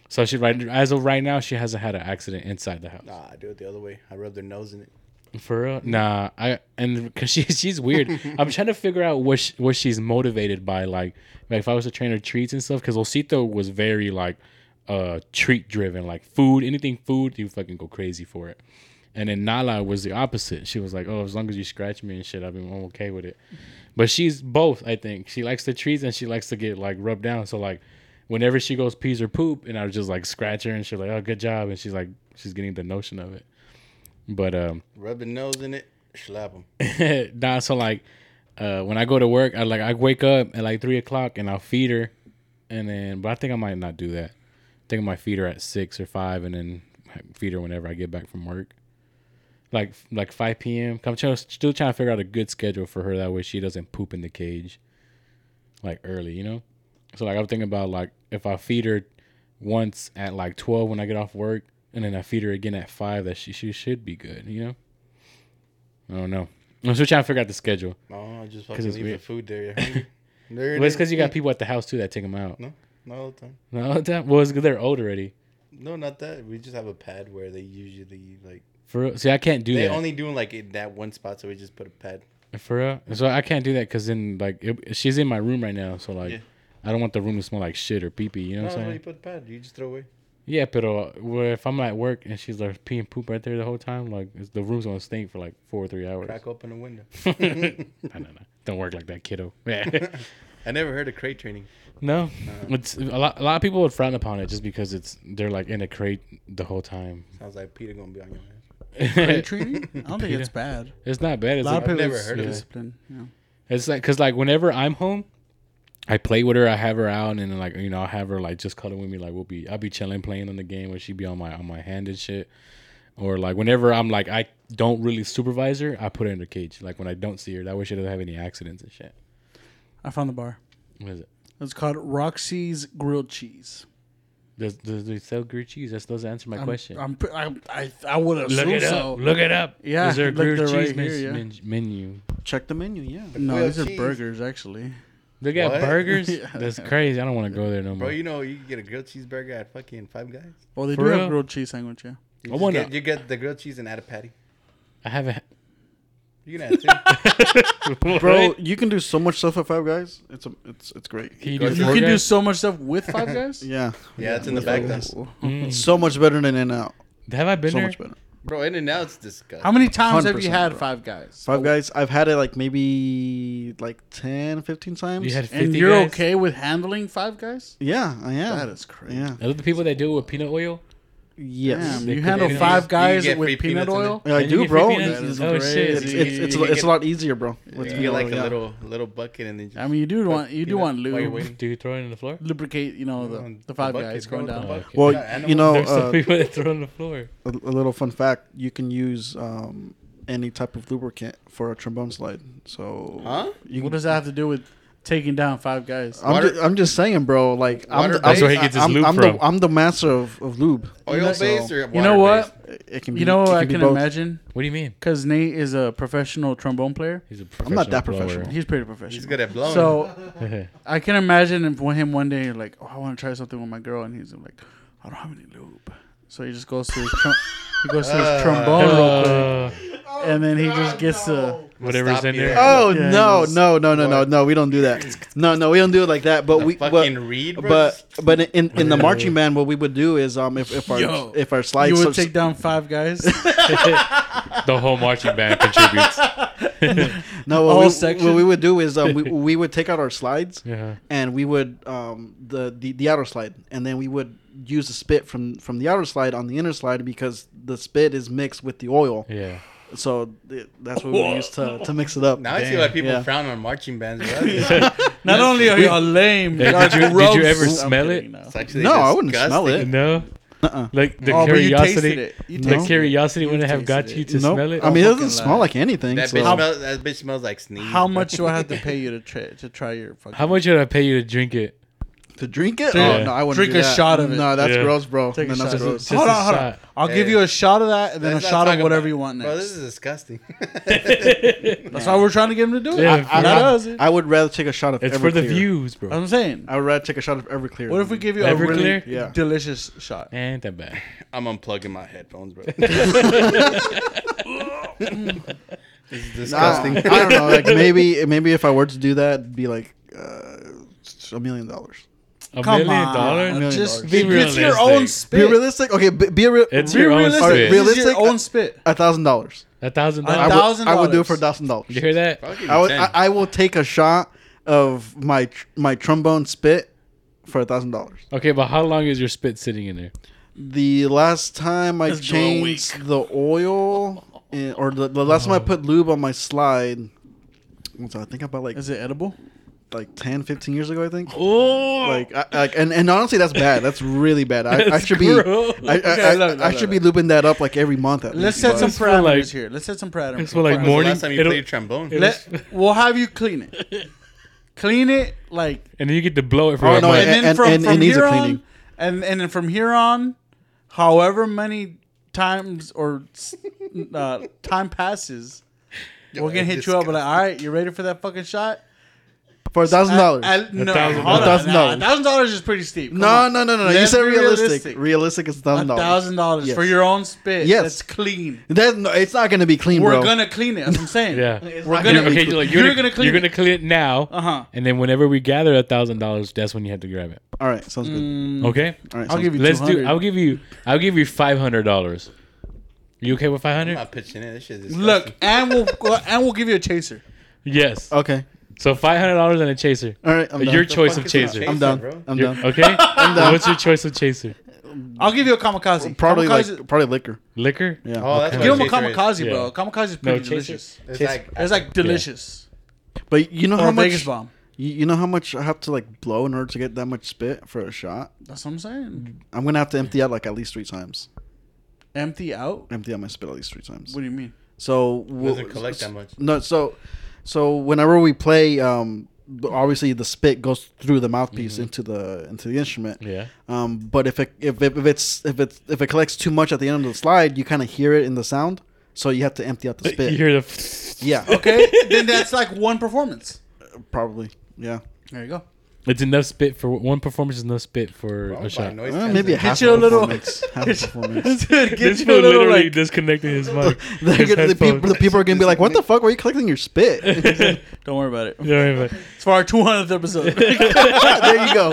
so she right as of right now she hasn't had an accident inside the house Nah, I do it the other way. I rub their nose in it. for real nah i and because she, she's weird i'm trying to figure out what she, what she's motivated by like like if i was to train her treats and stuff because osito was very like uh treat driven like food anything food you fucking go crazy for it and then nala was the opposite she was like oh as long as you scratch me and shit i've been I'm okay with it but she's both i think she likes the treats and she likes to get like rubbed down so like whenever she goes pees or poop and i would just like scratch her and she's like oh good job and she's like she's getting the notion of it but um Rub their nose in it. Slap them. nah, so like uh, when I go to work, I like I wake up at like three o'clock and I'll feed her, and then but I think I might not do that. I think I might feed her at six or five, and then feed her whenever I get back from work, like like five p.m. I'm trying, still trying to figure out a good schedule for her that way she doesn't poop in the cage, like early, you know. So like I'm thinking about like if I feed her once at like twelve when I get off work, and then I feed her again at five, that she she should be good, you know. I don't know. I'm still trying to figure out the schedule. No, I just 'Cause fucking it's leave the weird. food there. You're hungry. there Well, it's is. because you got people at the house too that take them out. No, not all the time. No, that well, it's 'cause they're old already. No, not that. We just have a pad where they usually like For real. See, I can't do they that. only doing like in that one spot, so we just put a pad. For real. So I can't do that because then like it, she's in my room right now. So like, Yeah. I don't want the room to smell like shit or pee pee. You know what No, that's I'm why Oh, you saying? put a pad. You just throw away. Yeah, but uh, well, if I'm at work and she's like pee and poop right there the whole time, like it's, the room's gonna stink for like four or three hours. Crack open a window. no, no, no. Don't work like that, kiddo. Yeah. I never heard of crate training. No, it's a lot. A lot of people would frown upon it just because it's they're like in a crate the whole time. Sounds like Peter gonna be on your ass. Crate training? I don't think it's bad. It's not bad. A It's lot of like, people never it's heard of it. discipline. Yeah. It's like because like whenever I'm home, I play with her. I have her out, and then like you know I have her like just cuddling with me. Like we'll be I'll be chilling playing on the game, or she be on my on my hand and shit. Or like whenever I'm like I don't really supervise her, I put her in the cage. Like when I don't see her, that way she doesn't have any accidents and shit. I found the bar. What is it? It's called Roxy's Grilled Cheese. Does does they sell grilled cheese? That doesn't answer my I'm, question. I'm, pre- I'm, I, I would assume Look it up. so. Look it up. Yeah, is there a look, grilled they're cheese right men- here, yeah. men- menu? Check the menu. Yeah. No, Grilled these are cheese. burgers, actually. They got What? burgers. Yeah. That's crazy. I don't want to go there no Bro, more. you know you can get a grilled cheeseburger at fucking Five Guys. Well, they For do real? have grilled cheese sandwich, yeah. You, I just wanna- get, you get the grilled cheese and add a patty. I haven't. You can add two. Bro, you can do so much stuff at Five Guys. It's a, it's it's great. Can you You do, You four can do guys? so much stuff with Five Guys. Yeah. yeah, it's in the back. That's, Mm. So much better than In Out. Have I been So there? much better. bro, in and out's disgusting. How many times have you 100%, had bro. Five Guys? Five Guys, I've had it like maybe like 10, 15 times. You had 50 and you're guys? okay with handling Five Guys? yeah, I am. That is crazy. Yeah. Those are the people that do it with peanut oil. Yes. Damn, They you could handle get- Five you Guys get free with peanut peanuts in oil? Yeah, And I Uh, you do, get free bro. peanuts? It's, Oh, shit. it's, it's, it's, a, You it's a get- lot easier, bro. With You peanut get like oil, a yeah. little little bucket and then just I mean, you do want you do peanut want while you're lube, waiting. Do you throw it on the floor? lubricate, you know, on the, the Mm-hmm. the Five bucket, Guys bro, going the down. bucket. Well, Yeah, animals. you know, There's uh, some people that throw it on the floor. a, a little fun fact: you can use um, any type of lubricant for a trombone slide. So, Huh? You What does that have to do with taking down Five Guys? I'm, Water- ju- I'm just saying, bro. Like, I'm the, Water-based? I'm, That's where he gets his I'm, lube I'm from. The, I'm the master of, of lube. oil based or you know water-based? what? It it can be. You know it what I be can both. imagine? What do you mean? Because Nate is a professional trombone player. He's a I'm not that blower. professional. He's pretty He's professional. good at blowing. So I can imagine if one him one day you're like, oh, I want to try something with my girl, and he's like, I Uh, don't have any lube, so he just goes to his trom- he goes to his trombone real quick, and and then Oh, he just gets a. Uh, Whatever's Stop in you. there. Oh Yeah, no, it was- no, no, no, no, no! We don't do that. No, no, we don't do it like that. But we, but, fucking read, bro. but, but in in the marching band, what we would do is um, if, if our Yo. if our slides, you would so- take down five guys. The whole marching band contributes. no, what all we, section? what we would do is um, we, we would take out our slides, Yeah. and we would um the, the the outer slide, and then we would use the spit from from the outer slide on the inner slide because the spit is mixed with the oil, Yeah. so th- that's what we would use to to mix it up. Now I see why people yeah. frown on marching bands. Bro. It's Not only are y'all lame, Hey, y'all did you- did you gross. ever I'm smell kidding, it? no. actually No, I wouldn't disgusting. smell it. No. Like the Oh, but you tasted curiosity, it. You the tasted it. curiosity You wouldn't have got tasted you it. to Nope. smell it. I mean, it Oh, doesn't fucking smell lie. like anything. That so- bitch, smells, that bitch smells like sneeze. How much do I have to pay you to try to try your fucking? How much would I pay you to drink it? To drink it? Yeah. Oh no, I wouldn't Drink do a that. shot of it. No, that's Yeah. gross, bro. Take no, a that's shot. gross. Just hold a on, hold on. shot. I'll give Hey. you a shot of that and then Let's a not shot talk of about- whatever you want next. Bro, this is disgusting. That's why we're trying to get him to do it. Yeah, I- I- for- not us. That's I would rather take a shot of. It's for the Everclear. views, what bro. I'm saying. I would rather take a shot of Everclear. What if we give you a Everclear? really Yeah. delicious shot? Ain't that bad. I'm unplugging my headphones, bro. I, Ah. I don't know. Like maybe, maybe if I were to do that, it'd be like uh, a million dollars. A Come million on, dollars? Just Be it's your realistic. own Be spit. realistic. Okay, be, be real. It's Be your own realistic. spit. This is Realistic? your own spit. A thousand dollars. A thousand I dollars. thou- would. I would do it for a $1,000. thousand dollars. You hear that? I would. I, I will take a shot of my tr- my trombone spit for a thousand dollars. Okay, but how long is your spit sitting in there? The last time I do a changed the oil, in, or the, the last time Uh-huh. I put lube on my slide, what's that? I think about like Is it edible? like 10, 15 years ago. I think Oh, like I, like and, and honestly, that's bad. That's really bad. I, I That's should gross. be I, I, Okay, I, look, I look, should look. be lubing that up like every month. At Let's least, set but- some It's for, parameters like- here. Let's set some parameters. it's for like Parameters. the morning. last time you it'll- played trombone. it'll- Let, we'll have you clean it. clean it like and then you get to blow it for Oh, a no, month. and- and then from, and- from and needs a here cleaning. on, and and then from here on, however many times or s- uh, time passes, we're gonna hit you up. But like, all right, you ready for that fucking shot? for a thousand dollars. At- no, $1,000. hold on, $1,000. nah, Thousand dollars is pretty steep. Come No, on. no, no, no, no. You Let's said be realistic. Realistic is a A thousand dollars. thousand dollars Yes. for your own spit. Yes. that's clean. That no, it's not going to be clean, We're bro. gonna clean it. That's what I'm saying. Yeah. we're You're, gonna. okay, you're, like, you're, you're gonna, gonna clean You're it. gonna clean Uh-huh. it now. Uh huh. And then whenever we gather a thousand dollars, that's when you have to grab it. All right, sounds good. Okay. All right, Mm, I'll sounds give you. Let's do. 200. I'll give you. I'll give you five hundred dollars. You okay with five I'm hundred? not pitching in. This shit is Look, and we'll and we'll give you a chaser. Yes. good. okay. So five hundred dollars and a chaser. All right, I'm done. Your choice of fuck is a chaser. chaser? I'm done. bro. I'm Your- done. okay. What's your choice of chaser? I'll give you a kamikaze. Probably kamikaze, like probably liquor. Liquor. Yeah. Oh, that's give what him a chaser is. kamikaze, Yeah. bro. Kamikaze is No, pretty chaser- delicious. It's like It's like delicious. But you know Or how much Vegas bomb. you, you know how much I have to like blow in order to get that much spit for a shot. That's what I'm saying. I'm gonna have to empty out like at least three times. Empty out. Empty out my spit at least three times. What do you mean? So we'll, doesn't collect that much. No, so so whenever we play, um, obviously the spit goes through the mouthpiece into the into the instrument. Yeah. Um, but if it if, if, if it's if it's if it collects too much at the end of the slide, you kind of hear it in the sound. So you have to empty out the spit. You hear the? yeah. Okay, then that's like one performance. Probably. Yeah. There you go. It's enough spit for one performance. Is enough spit for Oh, a shot. noise Uh, canceling. maybe a Get half you a of little- performance. half of performance. Get This you a fool little, literally like- disconnected his mic. They're His gonna- the, people, headphones. the people are gonna be like, "What the fuck? Were you collecting your spit?" there Don't worry about it. Yeah, right, It's for our 200th episode. you go.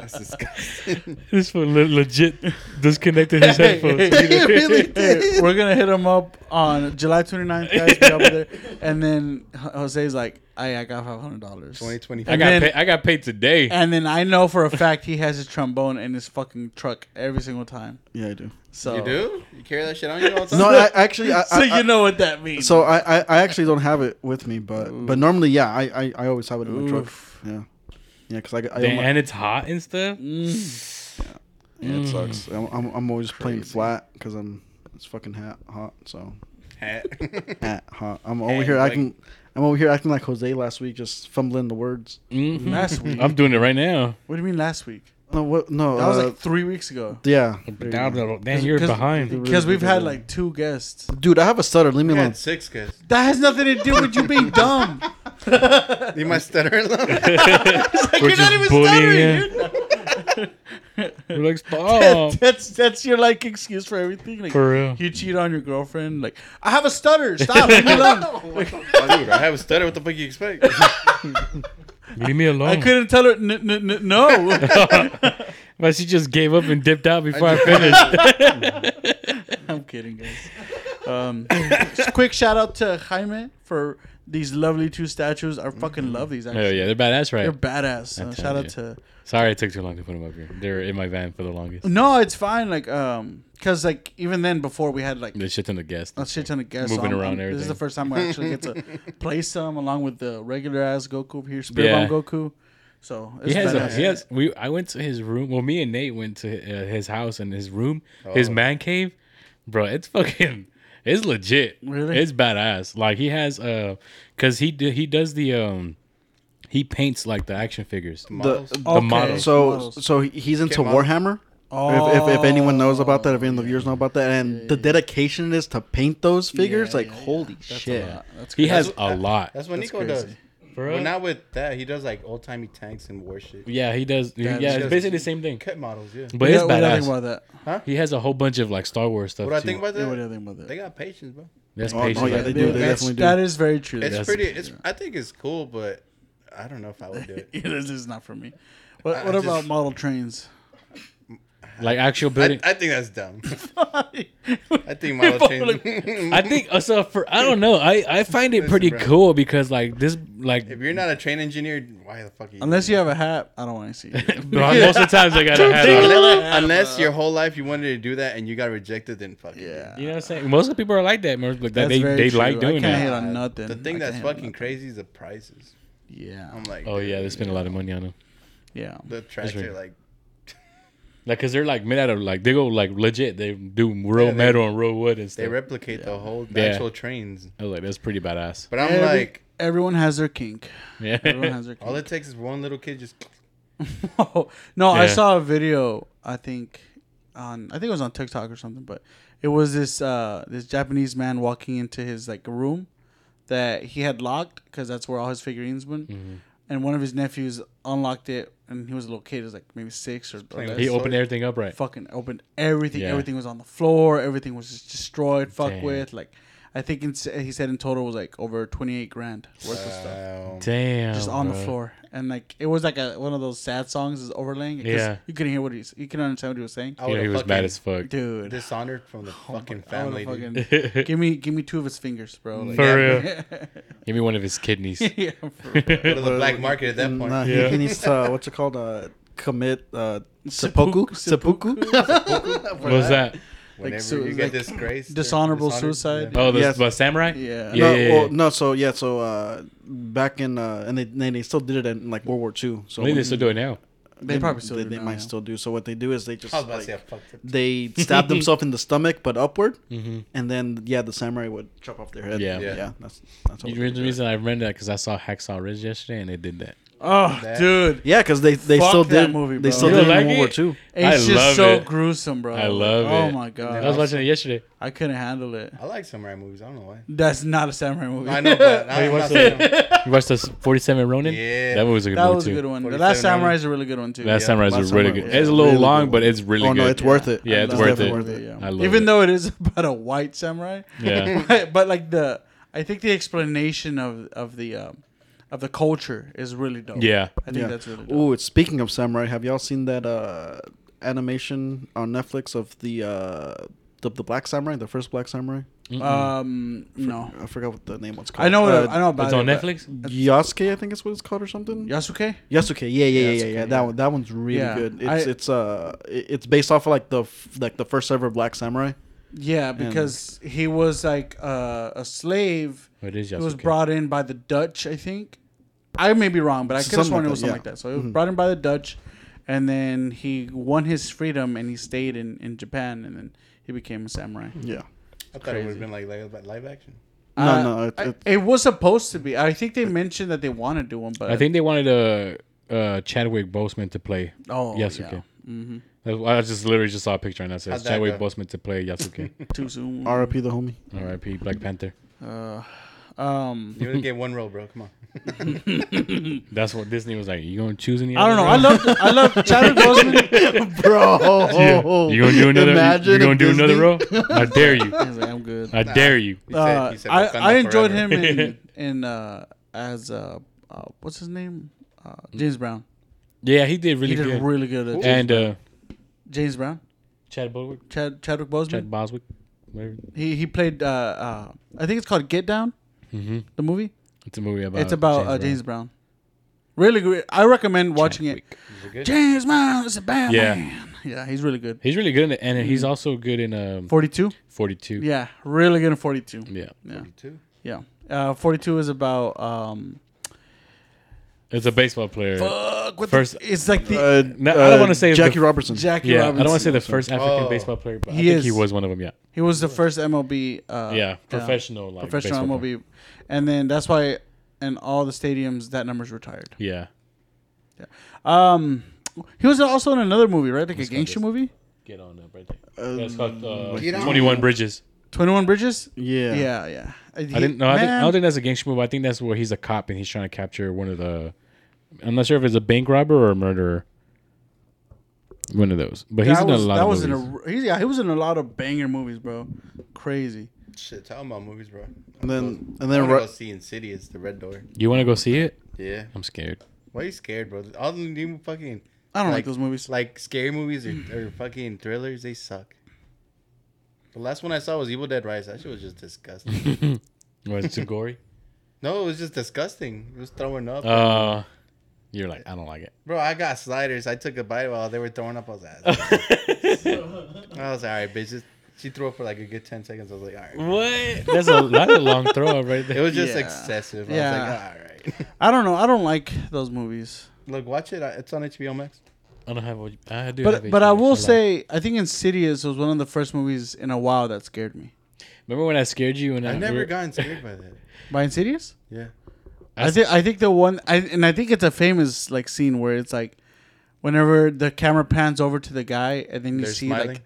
That's disgusting. but This fool le- legit disconnected his Hey, headphones. hey, It really Hey, did. we're gonna hit him up on July 29th, guys. Be up there. And then Ho- Jose's like, "I, I got five hundred dollars." 2025. I got. then- paid, I got paid today. And then I know for a fact he has his trombone in his fucking truck every single time. Yeah, I do. So You do? You carry that shit on you all the time? No, I, actually, I, so I- I- you know what that means. So I, I, I actually don't have it with me, but but normally yeah, I, I, I always have it in my truck. Oof. Yeah, yeah, because I, I Damn, don't like, and it's hot and stuff. yeah, it Mm. sucks. I'm, I'm, I'm always playing flat because I'm it's fucking hot hot. So Hat. hat hot. I'm over Hey, here like- acting. I'm over here acting like Jose last week, just fumbling the words. Mm. Mhm. last week. I'm doing it right now. what do you mean last week? No, what? No, That was uh, like three weeks ago. yeah. Damn, you're behind. Because we've had like two guests. Dude, I have a stutter. Leave me You alone. had six guys. That has nothing to do with you being dumb. You might stutter alone. We're just bullying you. We're like, oh, that's that's your like excuse for everything. Like, For real. you cheat on your girlfriend. Like, I have a stutter. Stop. leave me alone. Like, Oh, dude, I have a stutter. What the fuck you expect? leave me alone. I couldn't tell her. N- n- n- no. But she just gave up and dipped out before I, finished. I'm kidding, guys. Um, just quick shout out to Jaime for these lovely two statues. I fucking love these. Actually. oh yeah, they're badass, right? They're badass. Uh, told shout out you. to Sorry, it took too long to put them up here. They were in my van for the longest. no, it's fine. Like, um, cause like even then before we had like They Oh, shit ton of guests. a shit ton of guests. Moving I'm- around I'm- This is the everything. first time I actually get to play some along with the regular ass Goku over here, Spirit Yeah. Bomb Goku. So it's He has, a, badass. he has. We I went to his room. Well, me and Nate went to uh, his house and his room, his man cave, bro. It's fucking. It's legit. Really? It's badass. Like he has uh, cause he do, he does the um, he paints like the action figures. The, Okay. models. so models. so he's into model. Warhammer. If, Oh. Oh, if, if anyone knows about that, if any of the viewers know about that, and the dedication it is to paint those figures, like holy shit! That's He good. has a lot. That's what Nico crazy. does. For But real? not with that. He does like old timey tanks and war shit. yeah, he does. yeah, it's just- basically the same thing. Cut models, yeah. But Yeah, it's what do you think badass. about that? He has a whole bunch of like Star Wars stuff. What I too. think about Yeah, what do you that? think about They that? got patience, bro. That's Oh, patient. oh, yeah, they do. They That's- definitely do. That is very true. It's That's- pretty. It's. I think it's cool, but I don't know if I would do it. Yeah, this is not for me. What, I- what I about just- model trains? like actual I, building. I, I think that's dumb. I I think model change. think uh, so. For I don't know. I I find it pretty bro. cool because like this like. if you're not a train engineer, why the fuck? Are you Unless you have a hat, I don't want to see you. Bro, most of the times I gotta have it. Unless, unless your whole life you wanted to do that and you got rejected, then fuck it. Yeah. You know what I'm saying? Most of the people are like that, man. Like that That's they, very they true. like I doing can't hate that. Uh, on nothing. The thing I that's can't hate on fucking crazy is the prices. nothing. Yeah. I'm like, Oh yeah, they spend a lot of money on them. Yeah. the tractor like Like, cause they're like made out of like they go like legit. They do real Yeah, they- metal and real wood and stuff. they replicate the whole the Yeah. actual trains. I was like, that's pretty badass. But I'm Every- like, Everyone has their kink. Everyone Yeah. has their all kink. it takes is one little kid just no, I Yeah. saw a video. I think on I think it was on TikTok or something, but it was this uh this Japanese man walking into his like room that he had locked because that's where all his figurines went. Mm-hmm. And one of his nephews unlocked it, and he was a little kid. He was like maybe six or, or playing less. he opened everything up right. fucking opened everything. Yeah. Everything was on the floor. Everything was just destroyed. Fuck Damn. with like, I think it's, he said in total was like over twenty eight grand worth of stuff Um, wow. Damn. just on the Oh, bro. floor. And like it was like a one of those sad songs is overlaying. 'cause Yeah. you couldn't hear what he's you couldn't understand what he was saying. I Yeah, would've he was fucking mad as fuck. Dude, Dishonored from the fucking Oh I family. wanna dude. fucking, give me give me two of his fingers, bro. Like, For real. Give me one of his kidneys. yeah, for real. Go to the black market at that point. Nah, uh, he, he needs to what's it called? Uh, commit uh, seppuku. Seppuku. Seppuku. what was that? Whenever so- you get like, disgraced, or dishonorable dishonored, suicide. yeah. Oh, the Yes. the samurai. Yeah. Yeah. no, yeah, well, yeah. no, so yeah, so uh, back in uh, and they, they they still did it in like World War II. So I think they when- still do it now. They probably still they, do they now, might yeah. still do. So what they do is they just I was about to like, say I fucked up. they stab themselves in the stomach, but upward, and then yeah, the samurai would chop off their head. Mm-hmm. Yeah. yeah, Yeah. that's that's You what they know The do. reason I remember that because I saw Hacksaw Ridge yesterday and they did that. Oh, dude, Yeah, because they they Fuck still that did movie, bro. they still You did it like in World War it? Two. it's I just love so it. gruesome, bro. I love oh it. my god, I was watching it yesterday. I couldn't handle it. I like samurai movies. I don't know why. That's not a samurai movie. I know, but I'm not saying them. You watched the 47 Ronin? Yeah. That was a good that one was too. a good one. The 47 Last Samurai is a really good one too. That Yeah, samurai Last is really Samurai good. was It's a a little really good long, one. but it's really oh good. no, it's worth it. Yeah, I it's love worth that it. movie, yeah. I love Even it. though it is about a white samurai, Yeah. but, but, like the I think the explanation of of the um, of the culture is really dope. Yeah. I think yeah. that's really dope. Ooh, it's- speaking of samurai, have y'all seen that uh, animation on Netflix of the uh, the the Black Samurai, the first Black Samurai? Um, no, I forgot what the name was called. I know Uh, what I know about It's it, on but- Netflix. Yasuke, I think it's what it's called or something. Yasuke. Yasuke, yeah, yeah, yeah, yeah, Yasuke, yeah. That one, that one's really Yeah. good. It's I- it's uh, it- it's based off of like the f- like the first ever Black Samurai. Yeah, because he was like uh, a slave. Oh, It is He was Yasuke. brought in by the Dutch, I think. I may be wrong, but I could have Something sworn like it was that, something yeah. Mm-hmm. like that. So he was brought in by the Dutch, and then he won his freedom, and he stayed in, in Japan, and then he became a samurai. Yeah. I thought it would have been like live, live action. No, Uh, no, it, I- it, it was supposed to be. I think they mentioned that they want to do one, but I think they wanted uh, uh, Chadwick Boseman to play Oh, Yasuke. That's why I just literally just saw a picture and that says How'd that Chadwick go? Boseman to play Yasuke. too soon. R.I.P. the homie. R.I.P. Black Panther. Um, You only get one roll, bro. Come on. That's what Disney was like. You gonna choose any? I don't other know. I route? love I love Chadwick Boseman. bro. Yeah. You gonna do another? Imagine you gonna if do Disney- another role? I dare you. He's like, I'm good. I dare you. He Uh, said- he said, I, "Wakanda I enjoyed forever." him in in uh, as uh, uh, what's his name uh, James Brown. Yeah, he did really He did good. really good. At and uh, James Brown, Chad Boswick. Chad Chadwick Boseman. Chad Boswick. Whatever. He he played. Uh, uh, I think it's called Get Down. The movie. It's a movie about. it's about James, uh, James Brown. Really good. I recommend watching Chadwick. it. James Brown is a bad Yeah. man. Yeah, he's really good. He's really good, in it, and he's also good in um, Forty-two. Forty-two. Mm-hmm. Yeah, really good in forty-two. Yeah. Yeah, Two. yeah. Uh, forty-two is about um. It's a baseball player. Fuck, what First- the, it's like the Uh, No, I don't wanna say if Jackie the- Robertson. Jackie yeah, Robinson. I don't want to say the first African Oh. baseball player, but I He think he is. was one of them. Yeah, He was the first MLB. Uh, yeah, professional, like professional baseball player. MLB, and then that's why in all the stadiums that number's retired. Yeah, Um, he was also in another movie, right? Like a called gangster this? movie. get on up right there. Um, That's called uh, Get on. Twenty One Bridges. Twenty One Bridges. Yeah. yeah, yeah. Uh, I I didn't know. I, think, I don't think that's a gangster movie. I think that's where he's a cop and he's trying to capture one of the. I'm not sure if it's a bank robber or a murderer. One of those, but he's that in was, a lot that of was movies. in a. He's, yeah, he was in a lot of banger movies, bro. Crazy. Shit, talking about movies, bro. And then and I then want to go Ro- see Insidious, The Red Door. you want to go see it? Yeah. I'm scared. Why you scared, bro? All the new fucking I don't like, Like- those movies. like scary movies Mm. or, or fucking thrillers, they suck. The last one I saw was Evil Dead Rise. That shit was just disgusting. Was it too gory? no, it was just disgusting. It was throwing up, Uh, you're like I don't like it. bro. I got sliders. I took a bite while they were throwing up. I was like, I was like, all right, bitch. Just, she threw up for like a good ten seconds. I was like, all right. What? That's a that's a long throw up right It there. was just Yeah. excessive. I Yeah. was like, all right. I don't know. I don't like those movies. Look, watch it. I- It's on HBO Max. I don't have. what- I do. have But but I HBO, so, will like- say, I think Insidious was one of the first movies in a while that scared me. Remember when I scared you? And I've we never were- gotten scared by that. By Insidious. Yeah. I think I think the one I and I think it's a famous like scene where it's like whenever the camera pans over to the guy and then you They're see smiling? like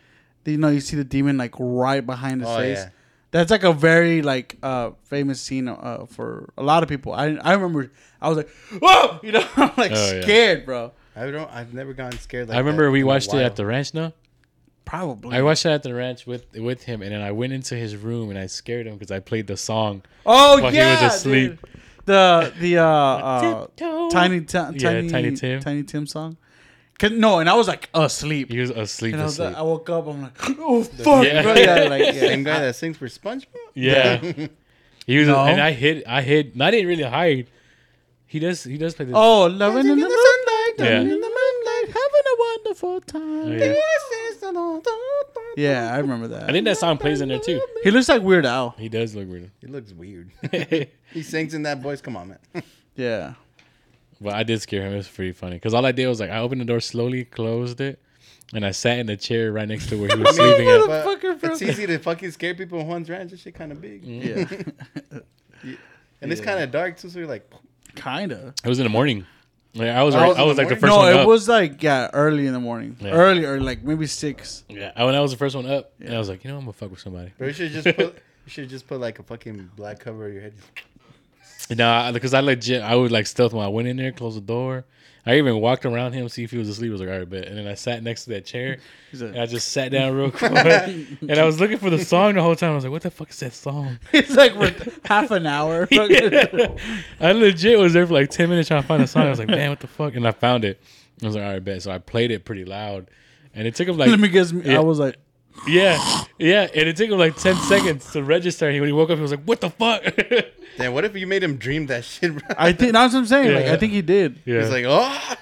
you know you see the demon like right behind his Oh, face. yeah. That's like a very like uh famous scene uh, for a lot of people. I I remember I was like whoa you know I'm like Oh, yeah. scared bro. I don't. I've never gotten scared. Like I remember that we in a watched it while. at the ranch. No, Probably. I watched it at the ranch with with him, and then I went into his room and I scared him because I played the song. oh while he was yeah. asleep. dude. The the uh, uh tiny Tim Yeah, tiny, Tiny Tim. tiny Tim song. 'Cause- No, and I was like asleep. He was asleep. And I was asleep. like, I woke up. I'm like, oh fuck, Yeah. bro. Yeah, like, yeah. same guy that sings for SpongeBob. yeah, he was, No. and I hid. I hid. and I didn't really hide. He does. He does play this. Oh, loving in the moonlight, Yeah. Oh, loving in the moonlight, having a wonderful time. yeah. Yeah, I remember that. I think that song plays in there too. he looks like Weird Al. He does look weird, He looks weird. he sings in that voice. Come on, man. Yeah, but I did scare him. It was pretty funny because all I did was like I opened the door slowly, closed it, and I sat in the chair right next to where he was sleeping. at. But Motherfucker, bro. it's easy to fucking scare people in Juan's Ranch. This shit kind of big, yeah, and it's kind of dark too. So you're like, kind of. It was in the morning. Like, I was. I was, was I in the was like the morning? first no, one it up. was like yeah, early in the morning, Yeah. early or like maybe six. Yeah, I- when I was the first one up, and I was like, you know, I'm gonna fuck with somebody. bro, you should just put, you should just put like a fucking black cover over your head. Nah, because I legit, I would like stealth when I went in there, closed the door. I even walked around him, see if he was asleep. I was like, all right, bet. And then I sat next to that chair, He's like- and I just sat down real quick. and I was looking for the song the whole time. I was like, what the fuck is that song? It's like for half an hour. I legit was there for like 10 minutes trying to find a song. I was like, man, what the fuck? And I found it. I was like, all right, bet. So I played it pretty loud. And it took him like Let me guess. Yeah. I was like, yeah, yeah, and it took him like ten seconds to register. He when he woke up, he was like, "What the fuck?" Damn, what if you made him dream that shit, bro? I think that's what I'm saying. Like, Yeah. I think he did. yeah, He's like, oh,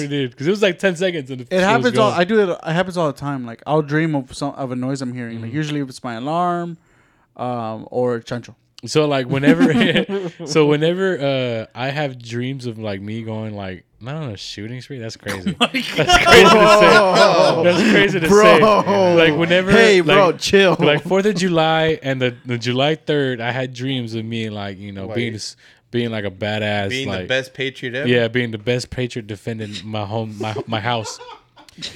Because- because it was like ten seconds and It happens all. I do it. It happens all the time. Like I'll dream of some of a noise I'm hearing. Mm-hmm. Like usually if it's my alarm, um, or chancho. so like whenever, so whenever uh, I have dreams of like me going like not on a shooting spree. That's crazy. Oh that's crazy to say. That's crazy to say. Like whenever, Hey, bro, like- chill. Oh. Like Fourth of July and the, the July third, I had dreams of me like you know Why? being s- being like a badass, being like, the best patriot ever. Yeah, being the best patriot defending my home, my my house.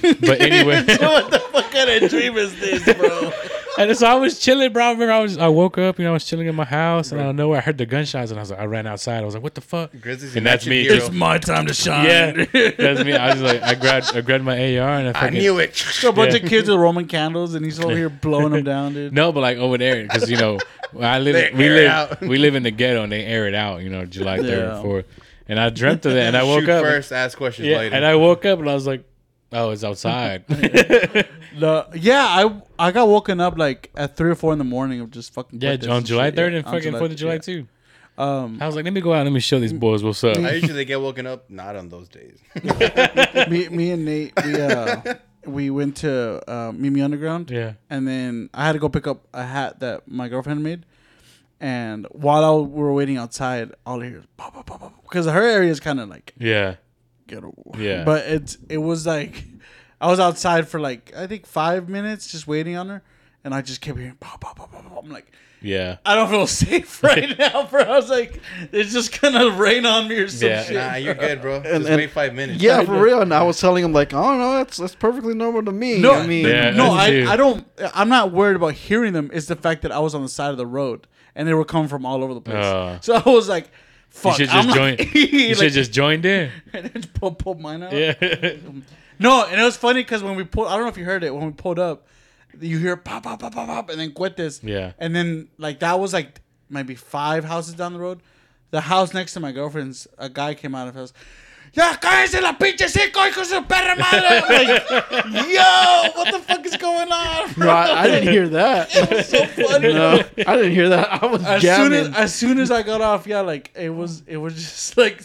But anyway, what the fuck kind of dream is this, bro? And so I was chilling, bro. I remember I was I woke up, you know, I was chilling in my house, and I don't know where I heard the gunshots, and I was like, I ran outside. I was like, what the fuck? Grizzlies and that's your me. hero. my time to shine. Yeah, that's me. I was like, I grabbed I grabbed my AR and I I fucking knew it. So a bunch of kids with Roman candles, and he's over here blowing them down, dude. No, but like over there, because you know, I They live, we air it live, out. we live in the ghetto, and they air it out. You know, July third Yeah. and fourth. And I dreamt of that, and I woke Shoot up. first, ask questions yeah, later. and I woke up, and I was like, "Oh, it's outside." The- yeah, I I got woken up like at three or four in the morning of just fucking. yeah, protests on and July shit, third yeah, and on fucking Fourth of July yeah. too. Um, Mm. I was like, "Let me go out. Let me show these boys what's up." I usually get woken up not on those days. me, me and Nate, we uh, we went to uh, Mimi Underground. Yeah. and then I had to go pick up a hat that my girlfriend made. And while I, we were waiting outside, all I hear is because her area is kind of like yeah, ghetto. Yeah. But it's it was like I was outside for like I think five minutes just waiting on her, and I just kept hearing pop pop pop pop. pop. I'm like, yeah, I don't feel safe right now, bro. I was like, it's just gonna rain on me or some Yeah. shit. nah, you're good, bro. Just and- wait five minutes. Yeah, for real. And I was telling him like, oh no, that's that's perfectly normal to me. No, I mean, Yeah. no, I, dude. I don't. I'm not worried about hearing them. It's the fact that I was on the side of the road and they were coming from all over the place. Oh. so I was like, you fuck. should I'm just not- join. You like, should just joined in. and then pull, pull mine out. Yeah, No, and it was funny because when we pulled, I don't know if you heard it when we pulled up, you hear pop pop pop pop pop, and then Cuetes. Yeah. And then like that was like maybe five houses down the road. The house next to my girlfriend's, a guy came out of his house. Ya cállese la pinche cinco hijos de su perra madre. Like, yo, what the fuck is going on? no, I, I didn't hear that. It's so funny. No, I didn't hear that. I was As jamming. soon as as soon as I got off, yeah, like it was it was just like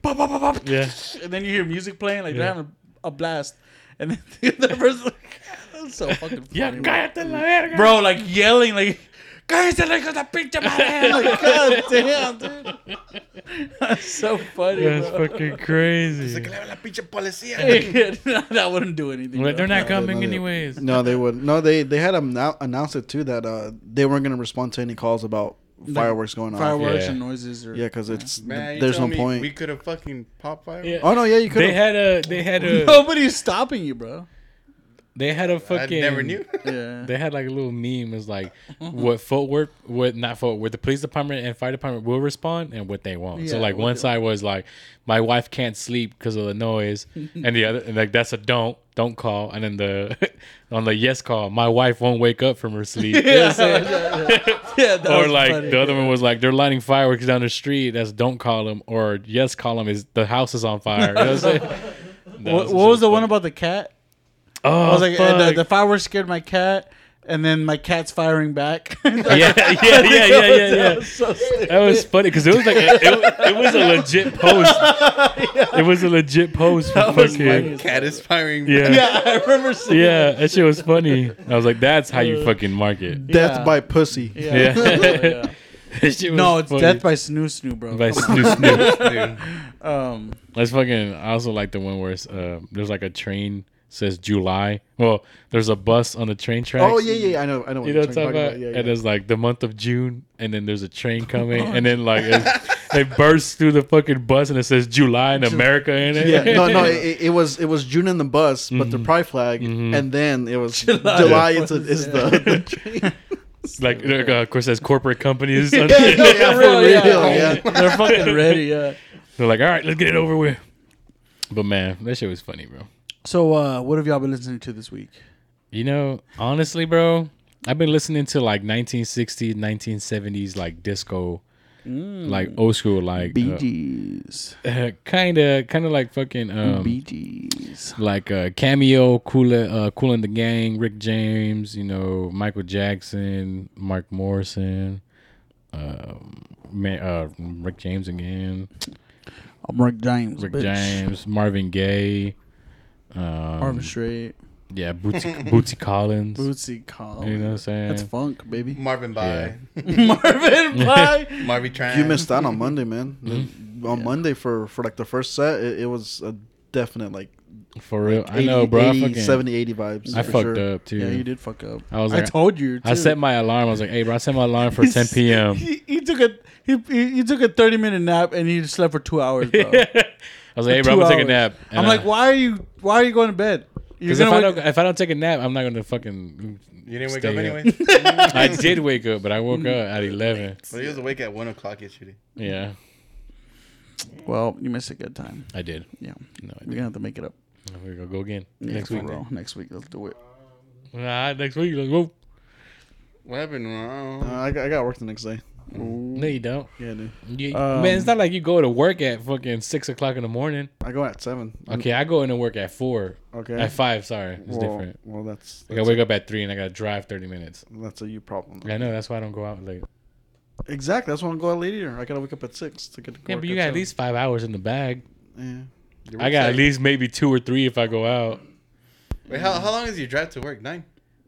pop pop pop pop. yeah. and then you hear music playing, like they're Yeah. having a, a blast, and then the other person's like, "That's so fucking funny, Yeah, bro. cállate la verga. bro!" Like yelling, like, "Guys, like the pinche madre!" Like, god damn, dude, that's so funny, That's bro. fucking crazy. No, that wouldn't do anything. But bro. they're not coming they- anyways. no, they would. No, they they had annou- announced it too that uh they weren't gonna respond to any calls about fireworks going off. fireworks Yeah. and noises, or Yeah, because it's Man, you there's no telling me point. We could have fucking popped fire. Yeah. oh no, yeah, you could. They had a. They had a. nobody's stopping you, bro. They had a I fucking. never knew. Yeah, They had like a little meme. It's like what Fort Worth, what not Fort Worth, the police department and fire department will respond and what they won't. so Yeah, like what one they- side was like, my wife can't sleep because of the noise, and the other and like that's a don't don't call, and then the on the yes call, my wife won't wake up from her sleep. You know what I'm saying? yeah, that Or was like funny. the other one was like they're lighting fireworks down the street. That's don't call them or yes call them is the house is on fire. You know what I'm saying? That What, what was the one about the cat? Oh, I was like, uh, fuck. the, the fireworks scared my cat, and then my cat's firing back. yeah, yeah, yeah, yeah, yeah, yeah. So sick. That was funny because it was like a, it, it was a legit post. It was a legit post. For fucking, Cat is firing. yeah, yeah, yeah, I remember seeing. That shit was funny. I was like, that's how Uh, you fucking market. Death Yeah. by pussy. Yeah. Yeah. Yeah. That shit was no, it's funny. death by snoo snoo, bro. By Come on. Snoop Snoop. Um, That's fucking. I also like the one where it's, uh, there's like a train says July. Well, there's a bus on the train tracks. Oh yeah, yeah, yeah, I know, I know. You know what I'm you're talking about? Yeah, And yeah. it's like the month of June, and then there's a train coming, and then like it's, it bursts through the fucking bus, and it says July in America in it. Yeah, no, no, it, it was it was June in the bus, but Mm-hmm. the pride flag, and then it was July. is, is the, like, like, uh, of course as corporate companies yeah, yeah, for real, real, yeah. yeah. Oh, they're fucking ready. Yeah. they're like all right let's get it over with but man that shit was funny bro So, uh, what have y'all been listening to this week? you know honestly bro i've been listening to like 1960s 1970s like disco like old school like BGs, kind of kind of like fucking um BGs. like uh cameo cool uh cool in the gang rick james you know michael jackson mark morrison um man, uh rick james again I'm Rick James. rick bitch. james marvin gaye Arm straight. Yeah, Bootsy, Bootsy Collins. Bootsy Collins. You know what I'm saying? That's funk, baby. Marvin by Marvin Pye. Marvy Tran. you missed out on Monday, man. Mm-hmm. On Monday for for like the first set, it, it was a definite like For real. I 80, know, bro. I 80, fucking, 70, 80 vibes. I for fucked sure. up, too. Yeah, you did fuck up. I was I like- told you. I too. set my alarm. I was like, hey, bro, I set my alarm for 10 p.m. He, he took a he, he, he took a thirty minute nap and he slept for two hours, bro. I was like, hey, bro, I'm Two going to take a hours. nap. I'm And like, I- why are you why are you going to bed? You're Because if gonna I wake- don't if I don't take a nap, I'm not gonna fucking. You didn't wake stay up up. anyway. I did wake up, but I woke up at eleven. But he was awake at one o'clock yesterday. Yeah, Well, you missed a good time. I did. Yeah, No, I we're did. gonna have to make it up We're gonna go again next Yeah, week. for real. Next week, let's do it. Nah, next week. Let's go. What happened? Wow. Uh, I, got, I got work the next day. No, you don't. Yeah, dude. You- Um, man, it's not like you go to work at fucking six o'clock in the morning. I go at seven. Okay, I go into work at four. Okay. At five, sorry, it's well, different. Well, that's Like I that's, wake up at three and I gotta drive thirty minutes. that's a you problem. I know that's why I don't go out late. Exactly. That's why I'm going later. I gotta wake up at six to get. To Yeah, work but you got at seven. least five hours in the bag. Yeah. I got at least maybe two or three if I go out. Wait, how, how long is your drive to work? Nine.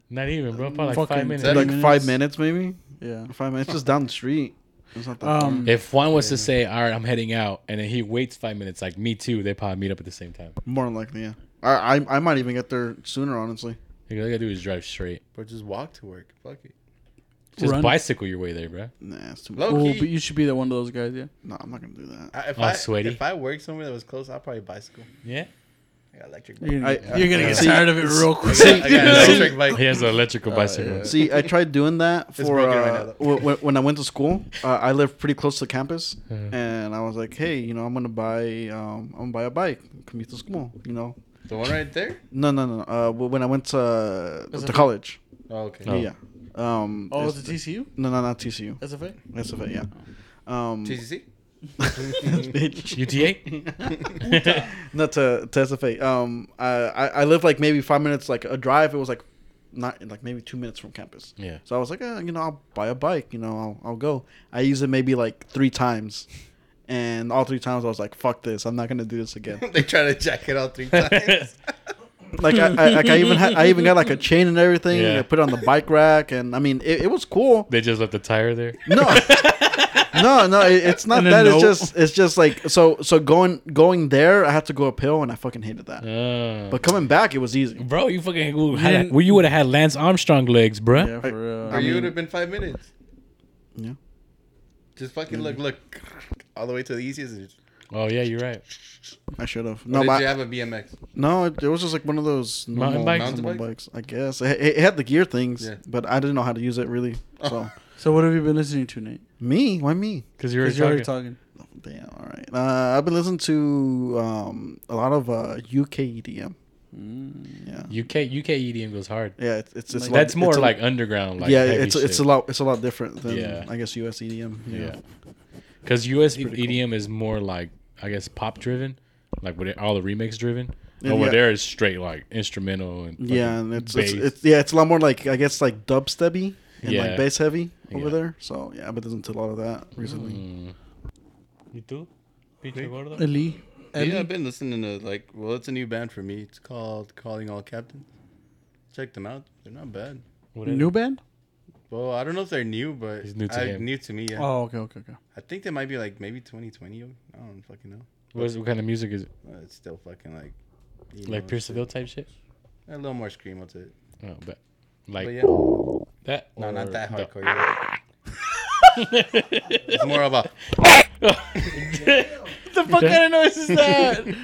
Not even, bro. Probably like five Fucking minutes. Thirty like five minutes, maybe. Yeah. Five minutes, just down the street. It's not that Um, If Juan was to say, "All right, I'm heading out," and then he waits five minutes, like me too, they probably meet up at the same time. far. more than likely, yeah. I, I I might even get there sooner, honestly. Like, All I gotta do is drive straight. But just walk to work. Fuck it. Just Run. bicycle your way there, bro. Nah, it's too Low Oh, key. but you should be the one of those guys. Yeah. No, I'm not gonna do that. I, if Oh, I sweaty. if I worked somewhere that was close, I'd probably bicycle. Yeah. I got electric bike. You're gonna, I- get, you're gonna get See- tired of it real quick. I got an electric bike. He has an electrical bicycle. See, I tried doing that for broken right uh, now, though. w- when I went to school. Uh, I lived pretty close to campus, Mm-hmm. and I was like, "Hey, you know, I'm gonna buy um, I'm gonna buy a bike, commute to school." You know, The one right there. no, no, no. Uh, w- when I went to to college, Oh, okay. Oh. yeah. Um, Oh, it's- it's a TCU? no, no, not TCU. SFA? That's of it, yeah. Um, TCC. bitch. UTA. not to, to SFA. Um, I, I I live like maybe five minutes, like a drive. It was like not like maybe two minutes from campus. Yeah. So I was like, eh, you know, I'll buy a bike. You know, I'll, I'll go. I used it maybe like three times, and all three times I was like, fuck this. I'm not gonna do this again. they try to jack it out three times. like I, I like I even had I even got like a chain and everything. Yeah. And I put it on the bike rack, and I mean, it, it was cool. They just left the tire there. No, no, no. It, it's not And a that. note. It's just it's just like so so going going there. I had to go uphill, and I fucking hated that. Uh, But coming back, it was easy. bro, you fucking ooh, didn't- had, well, you would have had Lance Armstrong legs, bro. Yeah, for real. Or you would have been five minutes. Yeah. Just fucking look, look, all the way to the easiest. Or Oh yeah, you're right. I should have. No, did my, you have a BMX? no, it, it was just like one of those normal Mountain bikes? mountain Mountain bikes, I guess. It, it had the gear things, Yeah. but I didn't know how to use it really. So so what have you been listening to, Nate? me, why me? Because you were 'Cause you're already talking. talking. Damn. All right. Uh, I've been listening to um, a lot of uh, UK EDM. Yeah. UK UK EDM E goes hard. Yeah. It's it's, it's a lot- That's more it's a- like underground. Like yeah. heavy It's it's a shit. lot it's a lot different than Yeah. I guess E US EDM. Yeah. Because US pretty cool. EDM is more like, I guess, pop driven, like with it- all the remix driven. Yeah, Over yeah. there is straight like instrumental and fucking Yeah, and it's, it's bass. it's yeah, it's a lot more like I guess like dubstepy and Yeah. like bass heavy over Yeah. Mm. there. So yeah, I've been listening to a lot of that recently. You too? Pinche gordo? Eli. Yeah, I've been listening to like, well, it's a new band for me. It's called Calling All Captains. Check them out. They're not bad. What is it? New band? Well, I don't know if they're new, but He's new to I- him. New to me. Yeah. Oh, okay, okay, okay. I think they might be like maybe 2020. I don't fucking know. What, is, what kind of music is it? Uh, It's still fucking like. you Like know, Pierceville type shit? A little more screamo to it. Oh, but like But yeah, that? no, or not that the- hardcore. yeah. it's more of a. The fuck kind of noise is that?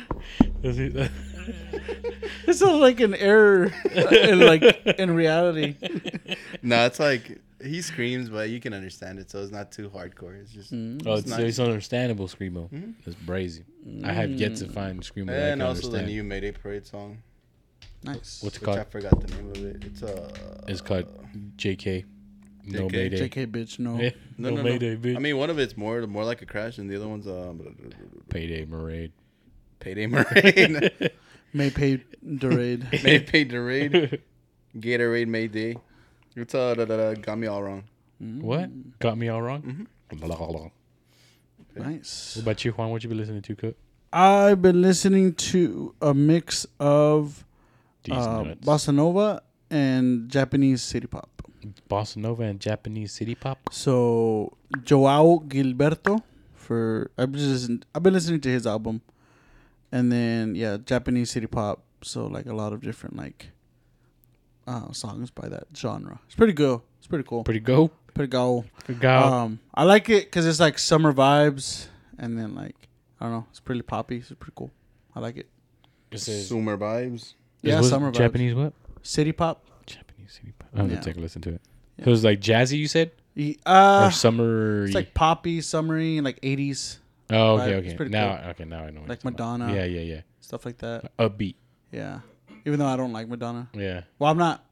Is it- this sounds like an error, in, like in reality. No, it's like he screams, but you can understand it, so it's not too hardcore. It's just. oh, it's, nice. Hmm? it's understandable, Screamo. It's brazy. I have yet to find Screamo. that I And can also the understand. new Mayday Parade song, Nice. What's it which I called? forgot the name of it. It's uh, It's called JK. No JK. Mayday. JK bitch, no. Eh, No, no, no, no. Mayday, bitch. I mean, one of it's more more like a crash, and the other one's um, Payday Parade. Payday Marine, May pay Durade. Mayday Parade, Gatorade Mayday. It's uh, da, da, da, got me all wrong. Mm-hmm. What? Got me all wrong? Blah, blah, blah. nice. What about you, Juan? What you be listening to, Cook? I've been listening to a mix of These uh, nuts. bossa nova and Japanese city pop. Bossa Nova and Japanese city pop. So Joao Gilberto for I've just I've been listening to his album, and then yeah, Japanese city pop. So like a lot of different like uh, songs by that genre. It's pretty good. It's pretty cool. Pretty, Pretty go. cool. Pretty go. Um, I like it because it's like summer vibes, and then like I don't know, it's pretty poppy. It's pretty cool. I like it. it says Sumer vibes. Yeah, What- summer vibes. Japanese what? City pop. Japanese city pop. I'm Yeah. gonna take a listen to it. So it was like jazzy, you said, Y- or Uh, summer. it's like poppy, summery, and like '80s oh, vibe. okay, It's okay. pretty Now, cool. okay, now I know. what Like you're talking about. Madonna. Yeah, yeah, yeah. stuff like that. Upbeat. Yeah. Even though I don't like Madonna. Yeah. Well, I'm not.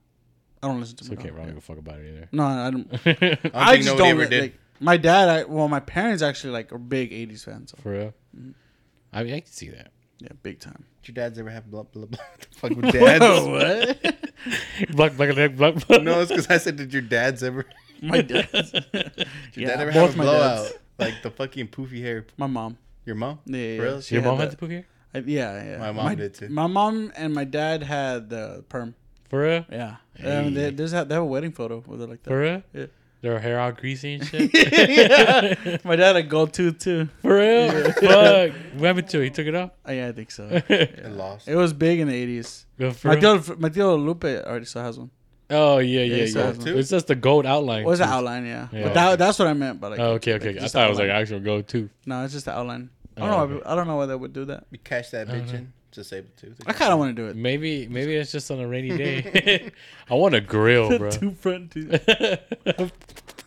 I don't listen to It's okay. Madonna. We're not gonna fuck about it No, I don't. either. I I think just nobody don't. ever did. Like, my dad, I, well, my parents actually like are big '80s fans. So, For real. Mm-hmm. I mean, I can see that. yeah, big time. Did your dad's ever have blah blah blah? What the fuck with dads? what? Black, black, black, black. black. no, it's because I said, did your dad's ever? my dad. Did Yeah, your dad ever both have a my blowout? dads. Like the fucking poofy hair. My mom. Your mom? Yeah, yeah, For real? yeah. She Your mom that- had to poop here. I, yeah, yeah. My mom did too. My mom and my dad had the perm. For real. Yeah. Um, they, there's that. They have a wedding photo where they're like that. For real. Yeah. Their hair all greasy and shit. yeah. My dad had gold tooth too. For real. Fuck. What happened to it? He took it off. Oh, yeah, I think so. I lost. It was big in the 80s. Go for My real? tio, my tio Lupe already still has one. Oh yeah, he yeah, still yeah. has one. It's just the gold outline. What was the too. outline? Yeah. Yeah. But that, that's what I meant. But like, Oh, okay, okay. like, I just thought it was like outline. actual gold tooth. No, it's just the outline. I Oh, don't know. why okay. peop- I don't know why they would do that. You cash that bitch in. Just save the tooth. Uh-huh. I kind of want to do it. Maybe, maybe it's just on a rainy day. I want a grill, bro. Two front teeth.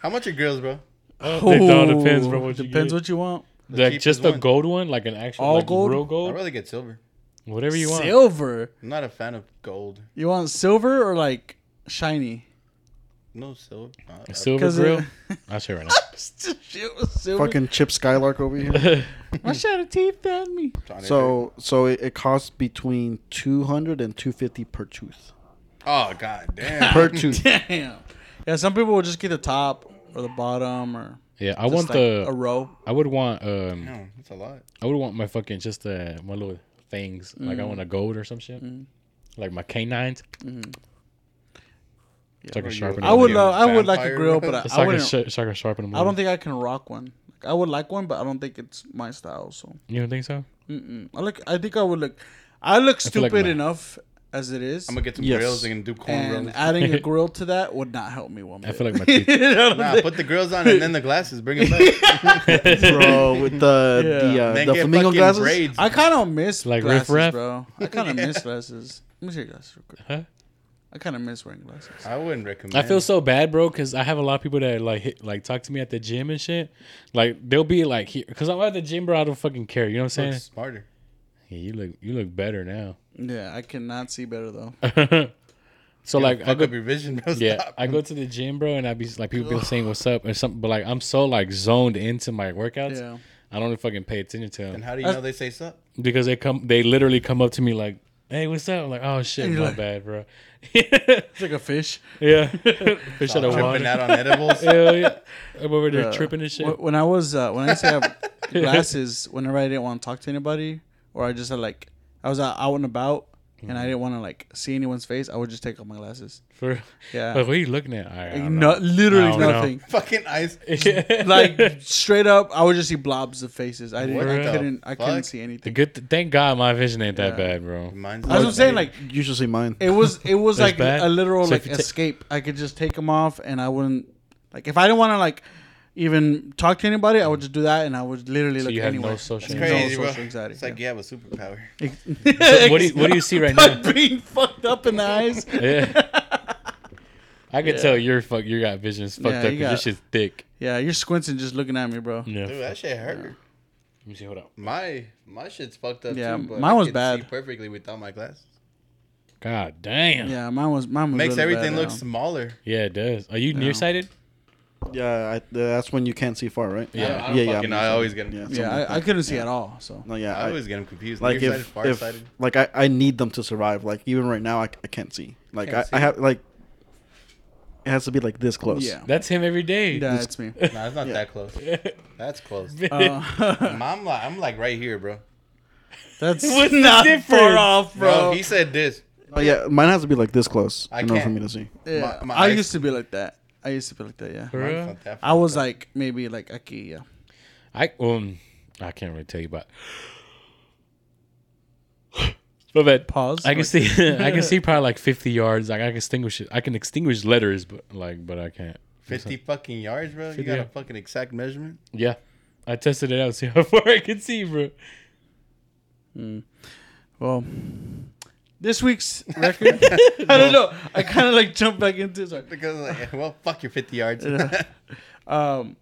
How much are girls, bro? it all depends, bro. Ooh, What you Oh, depends get. what you want. like cheapest just the one. gold one, like an actual All like gold? real I'd gold, rather get silver. whatever you want. Silver. I'm not a fan of gold. You want silver or like shiny? No silver. Uh, A uh, Silver 'Cause it- grill. I'll show you right now. Shit was silver. Fucking Chip Skylark over here. My shadow teeth on me. Johnny Depp. so so it, it costs between 200 and 250 per tooth. Oh god damn. Per tooth. Damn. Yeah, some people will just get the top or the bottom or Yeah, I just want like a the. row. I would want um. Damn, that's a lot. I would want my fucking just uh my little things. Like I Mm. want a gold or some shit. Like my canines. So I Or can you sharpen. would- Mm. I them. would love. I would like a Vampire grill, row. but I, So I I can wouldn't. sh- so I can sharpen them. I don't think I can rock one. Like, I would like one, but I don't think it's my style. So you don't think so. I look. I think I would look. I look feel like stupid my- enough as it is, I'm gonna get some Yes. grills and do corn and grills. adding a grill to that would not help me one bit. I feel like my teeth. You know what I'm Nah, saying? put the grills on and then the glasses. Bring them back. Bro, with the Yeah. the, uh, Then the get flamingo fucking glasses. braids. I kind of miss Like Riff glasses, Raff? bro. I kind of miss glasses. Let me see your glasses real quick. Huh? I kind of miss wearing glasses. I wouldn't recommend. I feel so bad, bro, because I have a lot of people that like hit, like talk to me at the gym and shit. Like they'll be like, because I'm at the gym, bro. I don't fucking care. You know what I'm saying? Looks smarter. Yeah, you look you look better now. Yeah, I cannot see better though. So like I Fuck go up your vision, bro. yeah Stop. I go to the gym, bro, and I be like people be saying what's up or something, but like I'm so like zoned into my workouts. Yeah. I don't fucking pay attention to And them how do you know they say sup? because they come they literally come up to me like. Hey, what's up? I'm like, oh shit, And my you're like- bad, bro. It's like a fish. yeah, fish out of Tripping water. out on edibles. Hell yeah. I'm over there Uh, tripping and shit. wh- When I was uh, when I used to have glasses, whenever I didn't want to talk to anybody, or I just had like I was out, out and about Mm-hmm. and I didn't want to like see anyone's face, I would just take off my glasses. For Yeah. Like, what are you looking at? I, I don't No, literally I don't know. nothing. Fucking eyes. know. like straight up, I would just see blobs of faces. I didn't. I What the couldn't. I couldn't fuck? see the anything. good. thank God my vision ain't that bad, bro. Mine's That's what I'm saying. Like You should see mine. it was. It was That's like bad. a literal So if like you ta- escape. I could just take them off, and I wouldn't. Like if I didn't want to like even talk to anybody, I would just do that, and I would literally So look you have anywhere. no social. That's crazy, No bro. social anxiety, It's like you have a superpower. So what do you What do you see right now? being fucked up in the eyes. Yeah. I can tell you're fuck. You got visions fucked Yeah, up. 'cause you This got- shit's thick. Yeah, you're squinting just looking at me, bro. Yeah. Dude, Let that shit hurt. me see. Hold up. My my shit's fucked up Yeah, too. But mine I was can bad. See perfectly without my glasses. God damn. Yeah. Yeah, mine was mine was Makes really everything bad, look yeah. smaller. it does. Are you nearsighted? Yeah, I, that's when you can't see far, right? I Yeah. don't, I don't Yeah, yeah, Fucking, I'm I always get Yeah. them. Yeah, I, I couldn't see at all. So No, yeah. I I, always get them confused. like Nearsighted, if, if farsighted. like I, I need them to survive. Like even right now, I, I can't see. Like Can't I, I see. have like it has to be like this close. yeah, That's him every day. yeah, it's me. Nah, it's not that close. That's close. Uh, I'm like, I'm like right here, bro. that's What's the not difference? far off, Bro, bro. he said this. Oh yeah, mine has to be like this close I in order for can't. me to see. yeah, my- my I eyes- used to be like that. I used to be like that. Yeah, For Mine's real? not that I was like maybe like Aki. Yeah, I um. I can't really tell you about. But that Pause. I can see I can see probably like fifty yards. Like I can extinguish it. I can extinguish letters, but like but I can't. 50 fucking yards, bro. You 50 got a yards. fucking exact measurement? Yeah. I tested it out, see how far I could see, bro. Well, This week's record. I don't know. I kind of like jumped back into it. Sorry. Because like, well, fuck your 50 yards. Um,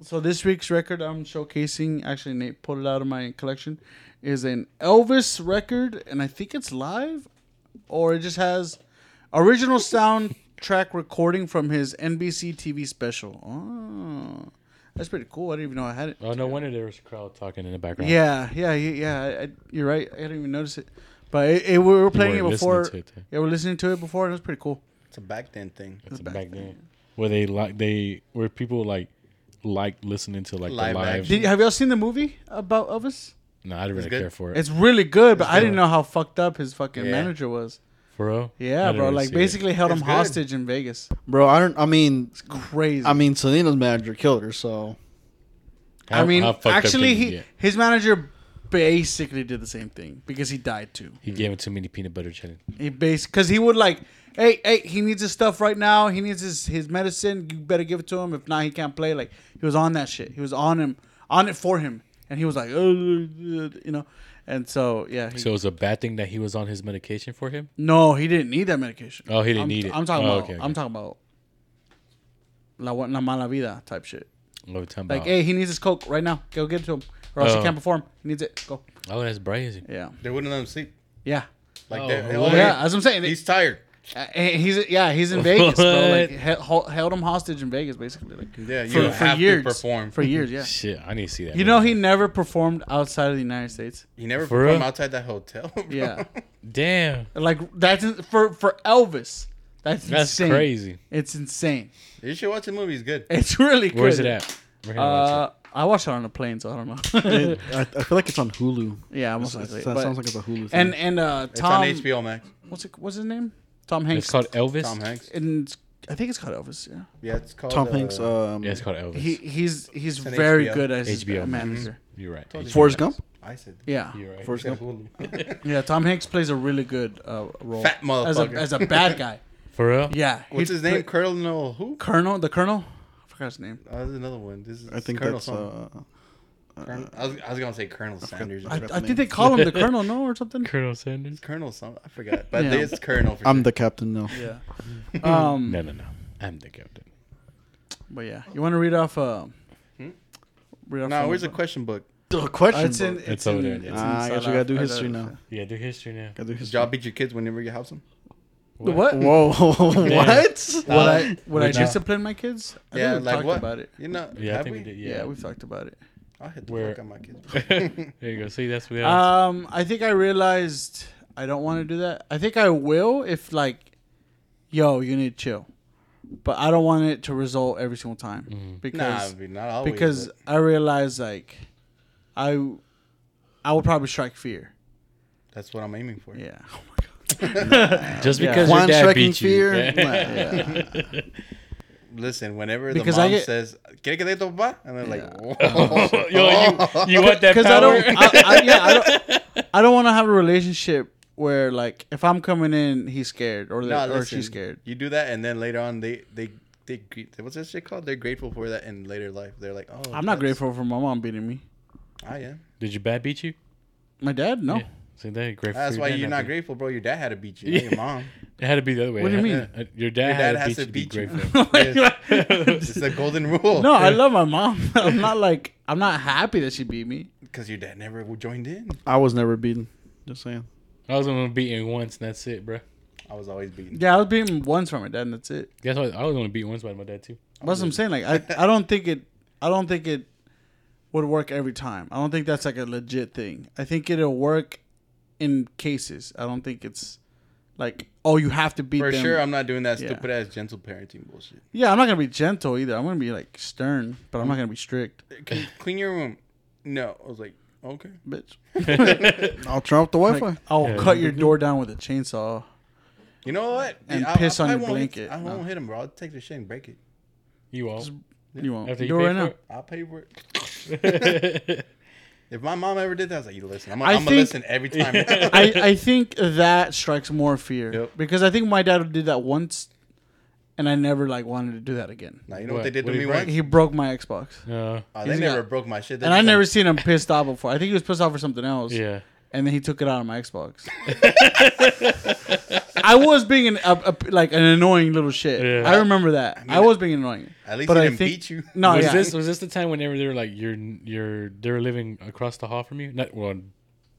so this week's record I'm showcasing, actually Nate pulled it out of my collection, is an Elvis record, and I think it's live, or it just has original soundtrack recording from his NBC TV special. Oh, that's pretty cool. I didn't even know I had it. Oh no wonder there was a crowd talking in the background. Yeah, yeah, yeah. yeah. I, I, you're right. I didn't even notice it, but it, it, we were playing were it listening before. to it, too. yeah, we were listening to it before, and it was pretty cool. It's a back then thing. It's back back, then where they like they where people like like listening to like Live the live. action. Did, have y'all seen the movie about Elvis? No, I didn't really good. care for it. It's really good, but I didn't know how fucked up his fucking Yeah. manager was. for real. I Yeah, didn't bro. really Like see it. basically held It's him good. hostage in Vegas. bro. I don't. I mean, Crazy. I mean, Selena's manager killed her, so How- I mean, how fucked up actually, can you he get? his manager basically did the same thing because he died too. he gave him too many peanut butter chicken. He base because he would like, hey, hey, he needs his stuff right now. He needs his his medicine. You better give it to him. If not, he can't play. Like he was on that shit. He was on him, on it for him, and he was like, uh, uh, you know, and so yeah. He, So it was a bad thing that he was on his medication for him. no, he didn't need that medication. Oh, he didn't I'm, need it. I'm talking Oh, about. okay, okay. I'm talking about. La, bu- la mala vida type shit. All the time. Like, Like, hey, he needs his coke right now. Go get it to him, or else he Oh. can't perform. He needs it. Go. oh, that's brazy. Yeah. They wouldn't let him sleep. Yeah. Like, Oh, they're- they're what? over Yeah, here. as I'm saying, he's tired. Uh, and he's yeah, he's in Vegas, bro. Like What? he- hol- held him hostage in Vegas, basically. Like Yeah, you for, for have years, to perform. for years. Yeah, Shit, I need to see that. you know he never performed outside of the United States. He never For performed real? outside that hotel. bro. Yeah, Damn, like that's in- for for Elvis. That's that's insane. crazy. It's insane. You should watch the movie. It's good. It's really good. Where's it at? We're gonna watch it. Uh, I watched it on a plane, so I don't know. it, I, I feel like it's on Hulu. yeah, most It's- likely. it's- that but- sounds like it's a Hulu. Thing. and and uh, It's Tom, on HBO Max. what's it, what's his name? Tom Hanks. It's called Elvis. Tom Hanks. And it's- I think it's called Elvis. Yeah. Yeah, it's called uh, Tom Hanks, uh, um, Yeah, it's called Elvis. He he's he's an very HBO. good as HBO. a manager. You're right. Forrest Gump. I said. Yeah. You're right. Forrest Gump. Yeah, Tom Hanks plays a really good uh, role. Fat As a, motherfucker. as a bad guy. For real? Yeah. What's He his name? play- Colonel who? Colonel. The Colonel? I forgot his name. Oh, there's another one. This is I think Colonel that's. something. Uh, Colonel- I, was, I was gonna say Colonel Sanders. I, forgot I the think name. they call him the Colonel, no, or something? Colonel Sanders. Colonel something. I forgot. But Yeah. it's Colonel. For I'm sure. the captain now. Yeah. Yeah. Um, No, no, no. I'm the captain. But yeah, you want to read off? Uh, read off No, some- where's the question book? Uh, question. it's in. It's, It's over in- there. it's Ah, I inside guess we gotta out. do I history thought- now. Yeah, do history now. Gotta do Did history. y'all beat your kids whenever you house them? The What? What? Whoa, what? I, would I Would you- discipline my kids? I think yeah, we've like talked what? about it. You know? Yeah, have I think we, we? did. Yeah, Yeah. we've talked about it. I'll hit the Where- fuck on my kids. there you go. See, that's what that Um, I think I realized I don't want to do that. I think I will if like, yo, you need to chill, but I don't want it to result every single time Mm-hmm. Nah, because I mean, not always. because but I realize like, I, I would probably strike fear. that's what I'm aiming for. Yeah. Just yeah. because your One dad striking beat you. fear. Yeah. Yeah. Listen, whenever Because the I mom get- says, "Quiere que te topa?" and they're like, Yo, you, you want that Because Uh, oh. power? I don't. I, I, yeah, I don't. I don't want to have a relationship where like if I'm coming in, he's scared or "No, or listen." she's scared. You do that, and then later on, they they they gre- what's that shit called? They're grateful for that in later life. They're like, "Oh, I'm not that's- grateful for my mom beating me. I am. Did your dad beat you? My dad, no. Yeah. See, that great. That's for your why dad you're not beat grateful, bro. Your dad had to beat you, not your mom. It had to be the other way. What do you It had- uh, Your dad, had dad to has beat to you to be beat you. grateful. it's the golden rule. No, I love my mom. I'm not like I'm not happy that she beat me. because your dad never joined in. I was never beaten. Just saying. I was only beaten once, and that's it, bro. I was always beaten. Yeah, I was beaten once by my dad, and that's it. Guess what? I was only beaten once by my dad too. That's what I'm saying. Like I, I don't think it, I don't think it would work every time. I don't think that's like a legit thing. I think it'll work in cases. I don't think it's like oh you have to beat For them. sure, I'm not doing that Yeah. stupid ass gentle parenting bullshit. yeah, I'm not gonna be gentle either. I'm gonna be like stern, but I'm not gonna be strict, Can you clean your room? No, I was like, okay. bitch. I'll turn off the Wi-Fi. Like, I'll Yeah. cut your door down with a chainsaw. You know what? And I- I piss on probably your won't hit- blanket. I No. won't hit him, bro. I'll take the shit and break it. You all You won't after you do it paid right now. for I'll pay for it. If my mom ever did that, I was like, you listen. I'm, I gonna- I'm think- gonna listen every time. I, I think that strikes more fear Yep. because I think my dad did that once, and I never like wanted to do it again. now you know what, What? they did What do to me you break? once? He broke my Xbox, it. Uh, Oh, He's they never got- broke my shit. They and I just never like- seen him pissed off before. I think he was pissed off for something else. yeah. and then he took it out of my Xbox. I was being an, a, a- like an annoying little shit. Yeah. I remember that. I, was being annoying. At least But he I didn't think- beat you. No, was yeah. this was this the time whenever they were like you're you're they were living across the hall from you? Not well,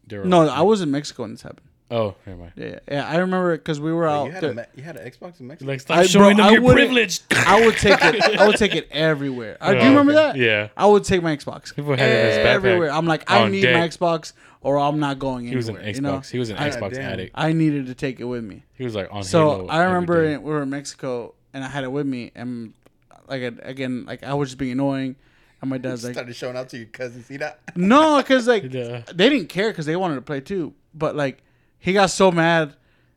they were no, I was in Mexico when this happened. Oh, never mind. Yeah, yeah, yeah I remember because we were out. You had, there. a, me- you had an Xbox in Mexico. Like stop I- bro, showing them I your wouldn't- privilege. I would take it. I would take it everywhere. I, do Oh, you remember okay. that? Yeah. I would take my Xbox People had it in his backpack. everywhere. I'm like, I On need deck. my Xbox, or I'm not going anywhere. He was an Xbox. You know? He was an I- Xbox damn. addict. I needed to take it with me. He was like on. So Halo I every remember day. in, we were in Mexico and I had it with me, and like I- again, like I was just being annoying, and my dad's like, started showing out to your cousins. See that? no, because like Yeah. they didn't care because they wanted to play too, but like he got so mad.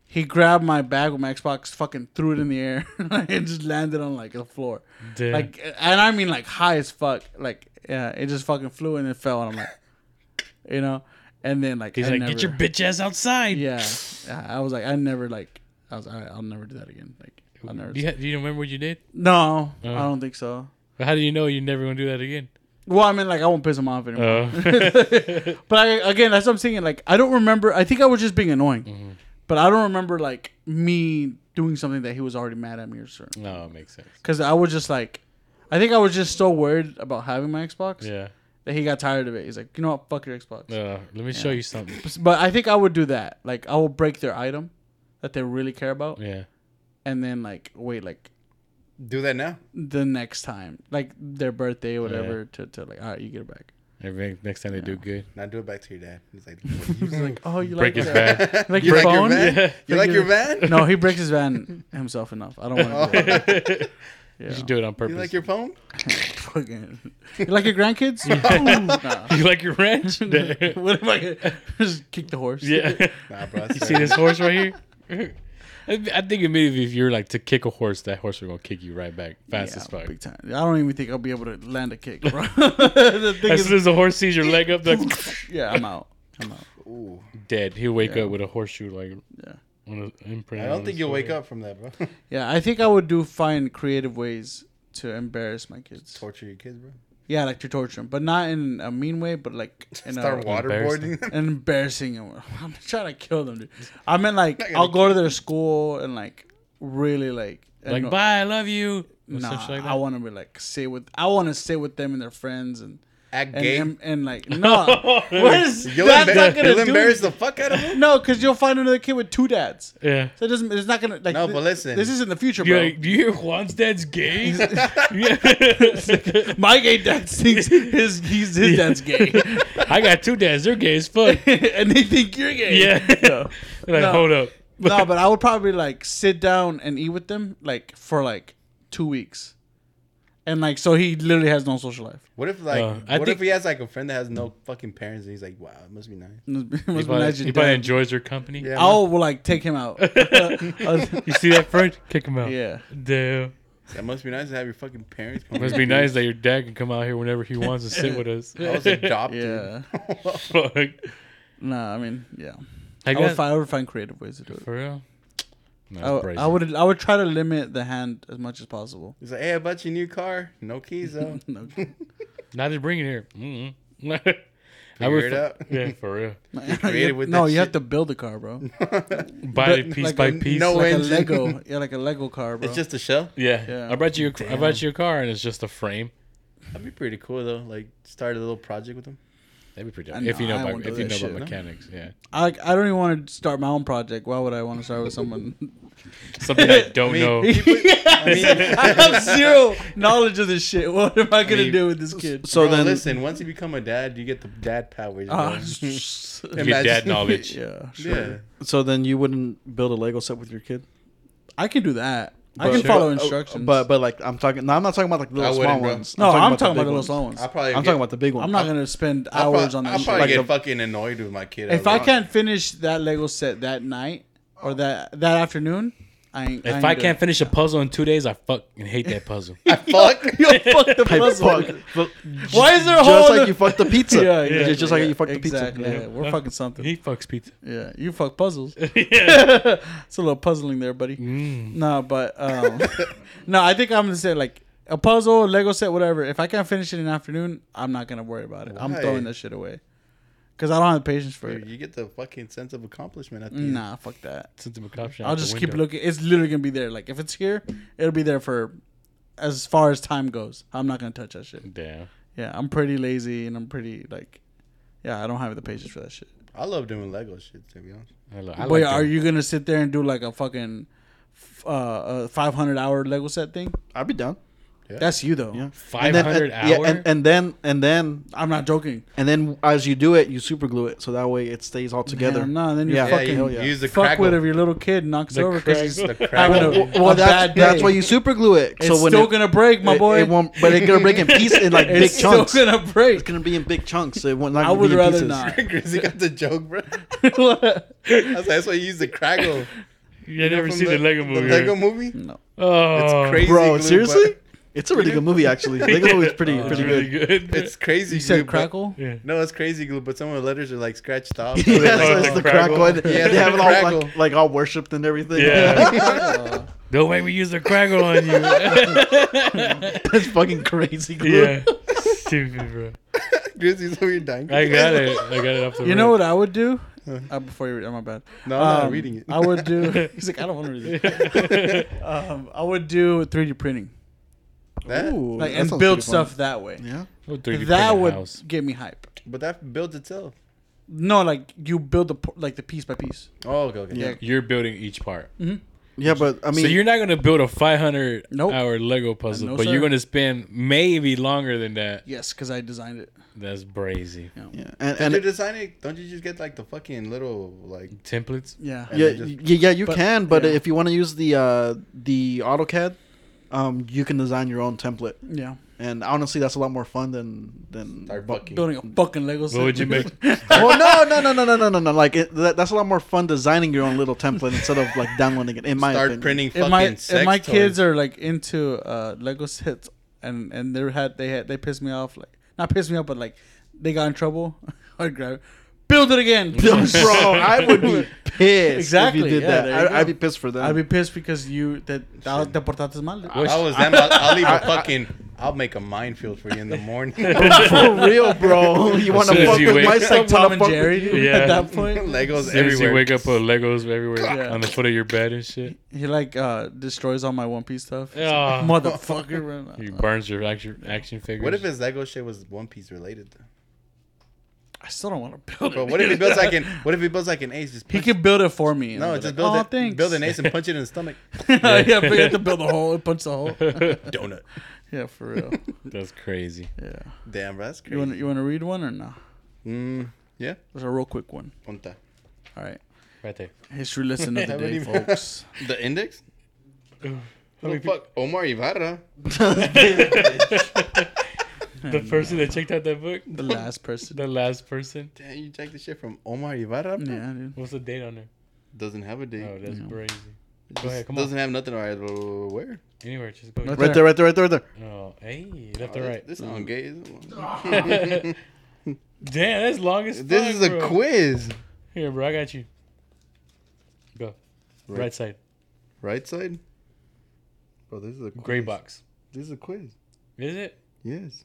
He grabbed my bag with my Xbox, fucking threw it in the air, and it just landed on like the floor, Damn. like, and I mean like high as fuck, like yeah, it just fucking flew and it fell, and I'm like, you know, and then like He's I like, never- get your bitch ass outside. yeah, I I was like, I never like, I was, all right, I'll never do that again. Like, I'll never. Do you, ha- Uh. do you remember what you did? No, I don't think so. How do you know you're never gonna do that again? Well, I mean, like, I won't piss him off anymore. Oh, But I, again, that's what I'm saying. Like, I don't remember. I think I was just being annoying, Mm-hmm. but I don't remember like me doing something that he was already mad at me or something. no, it makes sense. Because I was just like, I think I was just so worried about having my Xbox Yeah. that he got tired of it. He's like, you know what, fuck your Xbox. Uh, let me show you something. But I think I would do that. Like, I will break their item that they really care about, Yeah. and then like wait like Do that now. the next time, like their birthday, whatever, to, to like, all right, you get it back. Every, next time they do good, Now do it back to your dad. He's like, He's like, oh, you break like his that? back. You Like your like your phone? van? Yeah. You like your van? No, he breaks his van himself enough. I don't want to. You should do it on You purpose. like your phone? Fucking. You like your grandkids? Nah. You like your ranch? What if I could- just kick the horse? yeah. Nah, bro. that's You see this horse right here? I th- I think immediately if you're like to kick a horse, that horse will gonna kick you right back fast as Yeah, fuck. big time. I don't even think I'll be able to land a kick, bro. the thing As is, soon as the horse sees your leg up, like yeah, I'm out. I'm out. dead. He'll wake up with a horseshoe like Yeah. on a imprint. I don't think you'll wake up from that, bro. Yeah, I think I would do find creative ways to embarrass my kids. Torture your kids, bro. Yeah, like to torture them, but not in a mean way, but like in a, Start waterboarding them. and embarrassing them. I'm not trying to kill them, dude. I mean, like, gonna I'll go to their school and like really like Like anno- bye, I love you. Or Nah, some shit like I want to be like sit with. I want to sit with them and their friends and Act and gay. and, and, like no, what is You'll, that's embar- not gonna you'll do embarrass the fuck out of them. No, because you'll find another kid with two dads. that. yeah. So it doesn't. It's not gonna like. No, thi- but listen. this is in the future, You bro. like, do you hear Juan's dad's gay? Yeah. My gay dad thinks his he's his dad's gay, I got two dads. They're gay as fuck. and they think you're gay. Yeah. No. Like, No. hold up. no, but I would probably like sit down and eat with them like for like two weeks, and like so he literally has no social life. What if like Uh, I what think- if he has like a friend that has no fucking parents and he's like, wow, it must be nice. Must be- He must be probably, nice you're he probably dead. enjoys your company. Yeah. I'll like take him out. You see that friend? Kick him out. yeah, Damn. That must be nice to have your fucking parents. Come Must be nice that your dad can come out here whenever he wants and sit with us. I was adopted. yeah. Fuck. No, I mean, yeah. I I, would got find, I would find creative ways to do it. for real. No, Oh, I, that's would- I brazen. would I would try to limit the hand as much as possible. He's like, hey, I bought you a new car. No keys though. No, Not just bring it here. Mm-mm. I Figure would it fi- out. Yeah, for real. creative with no that you have shit. to build a car, bro. Buy it piece like by a- piece. no Like a engine. Lego, yeah, like a Lego car, bro. It's just a shell. Yeah. Yeah. I brought you. A, I brought you a car, and it's just a frame. That'd be pretty cool though. Like start a little project with him. That'd be pretty. I Dope. If you know, know, I about, won't do if you that know shit, about no. mechanics, yeah. I I don't even want to start my own project. Why would I want to start with someone? Something I don't know. Oh, I mean, I have zero knowledge of this shit. What am I gonna mean, do with this kid? So bro, then, listen. Once you become a dad, you get the dad powers. Bro. Ah, You get dad knowledge. yeah, sure. Yeah. so then you wouldn't build a Lego set with your kid. I can do that. I But- can follow but- instructions. But but like I'm talking. No, I'm not talking about like the little I small wouldn't, bro. ones. no, I'm talking big about the little small ones. I probably. I'm get- talking about the big one. I'm not gonna spend I'll prob- hours on that I'll shit. probably Like get the- fucking annoyed with my kid. if I don't- can't finish that Lego set that night or that that afternoon, I ain't. If ain't I doing can't it. finish a puzzle in two days, I fucking hate that puzzle. fuck. Yo, fuck the puzzle. Why is there a Just whole? like you fucked the pizza. yeah, yeah, yeah, Just like you fucked exactly. the pizza. Yeah, we're fucking something. he fucks pizza. Yeah, you fuck puzzles. it's a little puzzling there, buddy. No, but um, no, I think I'm gonna say like a puzzle, Lego set, whatever. If I can't finish it in the afternoon, I'm not gonna worry about it. I'm Why? throwing that shit away. because I don't have the patience for Dude, it. you get the fucking sense of accomplishment at the end. Nah, fuck that. Sent him a cop shot. I'll out the just keep window. looking. It's literally gonna be there. Like if it's here, it'll be there for as far as time goes. I'm not gonna touch that shit. Damn. Yeah, I'm pretty lazy and I'm pretty like, yeah, I don't have the patience for that shit. I love doing Lego shit to be honest. I lo- I but like are them. you gonna sit there and do like a fucking f- uh, a 500 hour Lego set thing? I'd be down. That's you though. Yeah. And then- 500 and- yeah, hour? and, and then and then I'm not joking. and then as you do it, you super glue it so that way it stays all together. Damn, nah, then you're yeah. Yeah, fucking- hell you yeah. use the Fuck with crackle. if your little kid knocks The over because he's crack- having the crackle. a, Well, a well, that's, bad day. that's why you super glue it. It's so when still it, gonna break, my it- boy. it, won't, but it's gonna break in piece in like big it's still chunks. gonna It's break. gonna be in big chunks. It won't not I gonna would be in rather pieces. not. Grizzly got the joke, bro. What? I was like, that's why you use the crackle. You never From seen the, Lego movie. The Lego right? movie? Oh, It's crazy. glue, Bro, but- seriously? It's a really good movie, actually. Lego movie's pretty pretty Oh, really good. good. It's crazy You glue. said but- crackle. yeah. No, it's crazy glue, but some of the letters are like scratched off. Yeah, so the it's the crackle. crackle. Yeah, they have it all crackle. like, like all worshipped and everything. Yeah. Don't make me use the crackle on you. it's fucking crazy. glue. yeah. Stupid, bro. Grizzly's over here dying. I got it. I got it off the You know what I would do? Uh, before you read, oh my bad. No, I'm not Um, reading it. I would do. He's like, I don't want to read it. um, I would do 3D printing, That- Ooh, like, that and sounds build pretty stuff fun. that way. Yeah. what? That would get me hype. But that builds itself. No, like you build the p- like the piece by piece. Oh, okay, okay. Yeah. You're building each part. Yeah, but I mean, so you're not going to build a 500 Nope. hour Lego puzzle, No, but you're sir. going to spend maybe longer than that. Yes, because I designed it. That's brazy. yeah, and, And and to design it, don't you just get like the fucking little like? Templates? Yeah. yeah, then just- y- yeah, you but- can, but yeah. if you want to use the uh, the AutoCAD, um, you can design your own template, Yeah. and honestly, that's a lot more fun than than. Start fucking. Building a fucking Lego set. What would you make? well, no, no, no, no, no, no, no, no. Like it, that, that's a lot more fun designing your own little template instead of like downloading it. In my Start opinion. printing If fucking my sex if my toys. kids are like into uh, Lego sets and and they had they had they pissed me off like not pissed me off but like they got in trouble, I'd grab it. Build it again. bro, I would be pissed Exactly, if you did yeah, there you that. go. I, I'd be pissed for that. I'd be pissed because you that that te portaste mal. If I was them, I'll, I'll leave a fucking. I'll make a minefield for you in the morning. for real, bro. You want soon to as fuck you with wake my up- It's like sex? Tom wanna and fuck with Jerry you? dude, Yeah. at that point. Legos As you everywhere. wake up, put Legos everywhere Yeah. on the foot of your bed and shit. He like uh, destroys all my One Piece stuff. He's Yeah. like, Motherfucker. He bro." burns your action action figures. What if his Lego shit was One Piece related? Though? I still don't want to build it. But what if he builds like an? What if he builds like an ace? Just He punch- could build it for me. and no, I'd be just like, build "Aw, it. thanks." Build an ace and punch it in the stomach. yeah, yeah, but you have to build a hole and punch the hole. Donut. Yeah, for real. That's crazy. Yeah. Damn, bro, that's You want crazy. you want to read one or no? Mm, yeah. There's a real quick one. Punta. All right. Right there. History lesson of the Haven't day, even- folks. The index. Who the fuck? Omar Ibarra. The person that checked out that book, The last person. the last person. Damn, you checked the shit from Omar Ibarra. bro? Yeah, dude. What's the date on there? Doesn't have a date. Oh, that's crazy. Just Go ahead, come doesn't on. have nothing. All right, whoa, whoa, whoa, where? Anywhere, just go. Right Right there, right there, right there, right there. Oh, hey, left Oh, or this- right. This sound gay. isn't it? Damn, that's long as This fuck, is a bro. quiz. Here, bro, I got you. Go. Right, side. Right side. Bro, this is a quiz. Gray box. This is a quiz. Is it? Yes.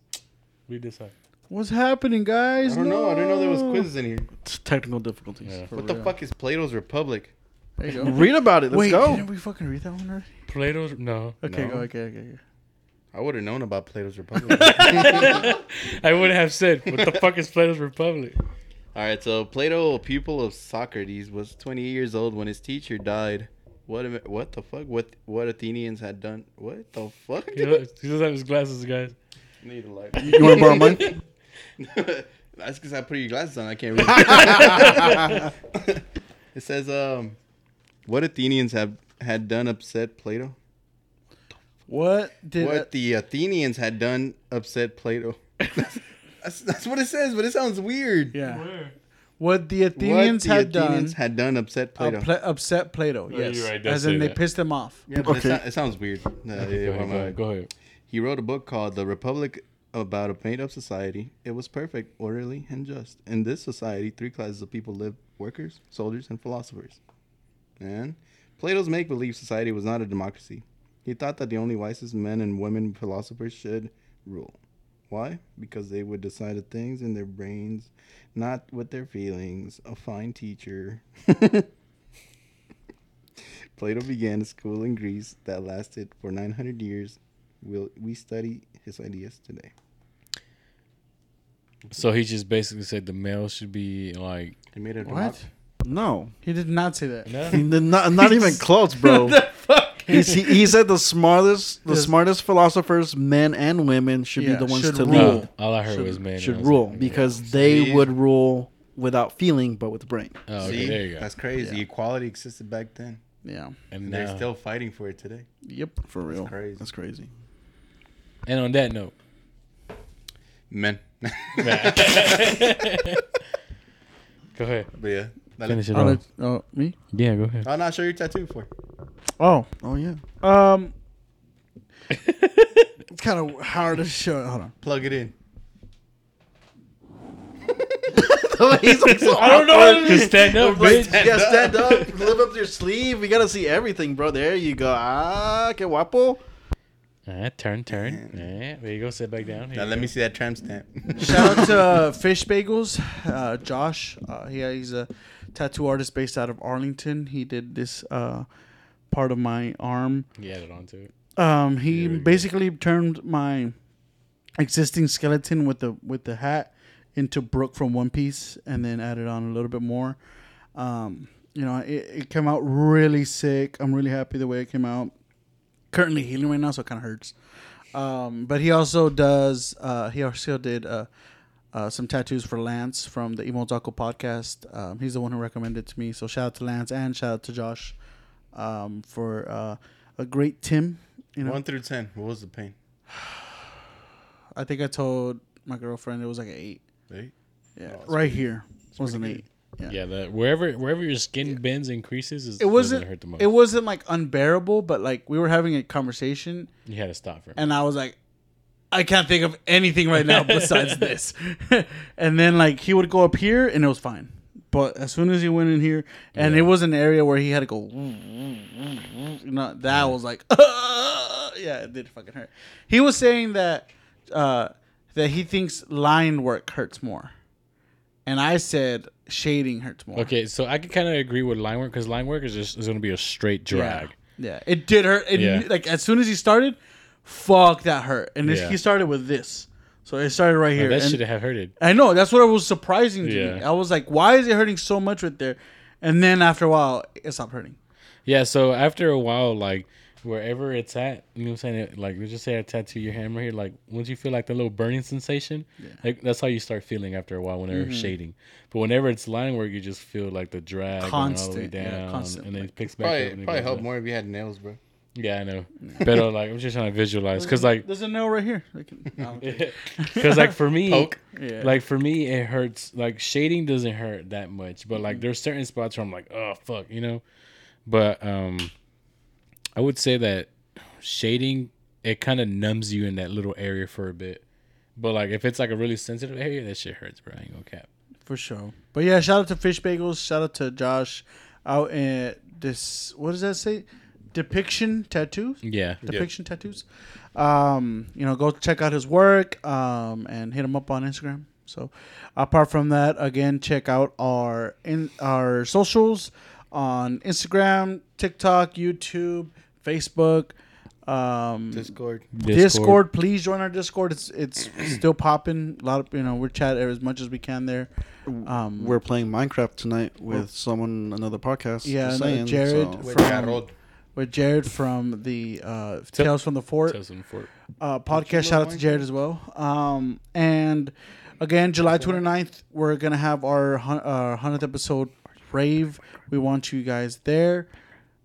Read this side. What's happening, guys? I don't know. I didn't know there was quizzes in here. It's technical difficulties. Yeah. What the fuck is Plato's Republic? There you go. Read about it. Let's Wait, go. didn't we fucking read that one already? Plato's no. Okay, No. go. Okay, okay, okay. I would have known about Plato's Republic. I would have said, what the fuck is Plato's Republic? All right, so Plato, a pupil of Socrates, was 28 years old when his teacher died. What? am- What the fuck? What? What Athenians had done? What the fuck? He looks, he looks at his glasses, guys. Need a light. You want to borrow mine? That's because I put your glasses on. I can't read. it says, um, "What Athenians have had done upset Plato? What did What the Athenians had done upset Plato." that's, that's what it says, but it sounds weird. yeah? What the Athenians what the had Athenians done had done upset Plato. uh, pla- upset Plato. Yes, Oh, right, as does in say they that. pissed him off. yeah, but Okay. it, sou- it sounds weird. No, Go yeah, why ahead, am go I- ahead. Go ahead. He wrote a book called The Republic about a made up society. It was perfect, orderly, and just. In this society, three classes of people lived workers, soldiers, and philosophers. And Plato's make believe society was not a democracy. He thought that the only wisest men and women philosophers should rule. Why? Because they would decide the things in their brains, not with their feelings. A fine teacher. Plato began a school in Greece that lasted for 900 years. We'll, we study his ideas today. So he just basically said the male should be like He made a What? No, He did not say that. not, not even close, bro. He's, he, he said the smartest, the Yes. smartest philosophers, men and women, should Yeah, be the ones should to rule. lead. No, all I heard was man. and I Should was rule like, because they See? would rule without feeling, but with the brain. Oh, okay, See, there you go. that's crazy. Equality existed back then, Yeah. And, and they're now- still fighting for it today. Yep. For real, crazy. That's crazy. and on that note, Men. but go ahead. yeah, dale. Finish it I'll off. let- oh, me? Yeah, go ahead. Oh, no, show your tattoo for. Oh. Oh yeah. Um. it's kind of hard to show. Hold on. Plug it in. I don't know. Just stand up, bitch. Yeah, stand up, lift up your sleeve. We gotta see everything, bro. There you go. Ah, que guapo. Ah, turn, turn. Yeah, there you go. Sit back down. Here Now you let go. me see that tramp stamp. Shout out to uh, Fish Bagels, uh, Josh. Uh, he, he's a tattoo artist based out of Arlington. He did this uh, part of my arm. He added on to it. Um, he basically turned my existing skeleton with the with the hat into Brook from One Piece, and then added on a little bit more. Um, you know, it, it came out really sick. I'm really happy the way it came out. Currently healing right now, so it kind of hurts. Um, but he also does. Uh, he also did uh, uh, some tattoos for Lance from the Emo Taco podcast. Um, he's the one who recommended it to me. So shout out to Lance and shout out to Josh um, for uh, a great Tim. You know, One through ten. What was the pain? I think I told my girlfriend it was like an eight. Eight. Yeah, right here was an eight. Yeah. Yeah, that wherever wherever your skin bends increases is It wasn't. hurt the most. It wasn't like unbearable, but like we were having a conversation, you had to stop for. a and I was like, I can't think of anything right now besides this. and then like he would go up here, and it was fine. But as soon as he went in here, and it was an area where he had to go, not that was like, yeah, it did fucking hurt. He was saying that uh, that he thinks line work hurts more, and I said shading hurts more. Okay, so I can kind of agree with line work because line work is just is going to be a straight drag. Yeah, Yeah. it did hurt. It, Yeah. Like as soon as he started, fuck that hurt. And it- Yeah. he started with this, so it started right here. That and should have hurted. I know that's what was surprising to me. Yeah. I was like, why is it hurting so much right there? And then after a while, it stopped hurting. Yeah, so after a while, like wherever it's at, you know what I'm saying? It- Like let's just say I tattoo your hand right here, like once you feel like the little burning sensation, like that's how you start feeling after a while Mm-hmm. whenever it's shading. But whenever it's line work, you just feel like the drag going all the way Constant, yeah, down constant, and then like- it picks back up. Probably and it probably goes help up. more if you had nails, bro. Yeah, I know. Better like I'm just trying to visualize because like There's a nail right here. I can- no. Because like for me, Poke. Yeah. like for me, it hurts. Like shading doesn't hurt that much, but like there's certain spots where I'm like, oh fuck, you know. But um, I would say that shading it kind of numbs you in that little area for a bit. But like if it's like a really sensitive area, that shit hurts, bro. I ain't gonna cap. for sure. But yeah, shout out to Fish Bagels. Shout out to Josh out at this. What does that say? Depiction tattoos. Yeah. depiction tattoos. Um, you know, go check out his work um, and hit him up on Instagram. So, apart from that, again, check out our in our socials on Instagram, TikTok, YouTube, Facebook, um, Mm. Discord. Discord. Please join our Discord. It's it's still popping. A lot of you know we're chat as much as we can there. Um, We're playing Minecraft tonight with someone, another podcast. Yeah, just no, saying, Jared so- With with Jared from the uh, Tales from the Fort. Tells them for- uh, podcast. Shout out to Jared as well. Um, and again, July 29th, we're going to have our hun- uh, 100th episode rave. We want you guys there.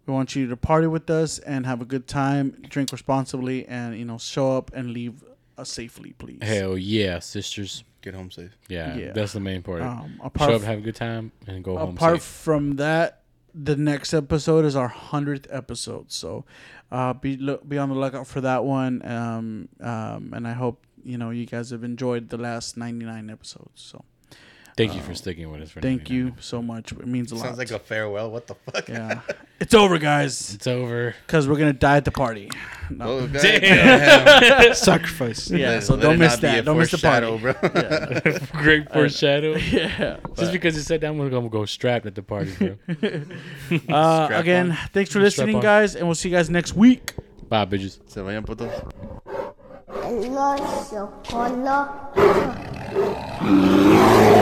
We want you to party with us and have a good time, drink responsibly, and, you know, show up and leave uh, safely, please. Hell yeah, sisters. Get home safe. Yeah, Yeah. that's the main part. Um, Uh, apart Show up, f- have a good time, and go home. Apart safe. from that, the next episode is our hundredth episode, so uh, be look, be on the lookout for that one. Um, um, and I hope you know you guys have enjoyed the last ninety nine episodes. So, Thank you for sticking with us for Thank 99. you so much. It means a lot. Sounds like a farewell. What the fuck? yeah. It's over, guys, It's over. because we're gonna die at the party. No. Oh, God, Sacrifice. yeah, Oh, Let- so let don't it miss not be a that. Don't miss the party. foreshadow, bro. Great foreshadow. Yeah. Just because you said that, I'm gonna go, I'm gonna go strapped at the party, bro. Uh, Strap again, on. thanks for listening, on. guys, and we'll see you guys next week. Bye, bitches. Se vayan putos. el oso, color.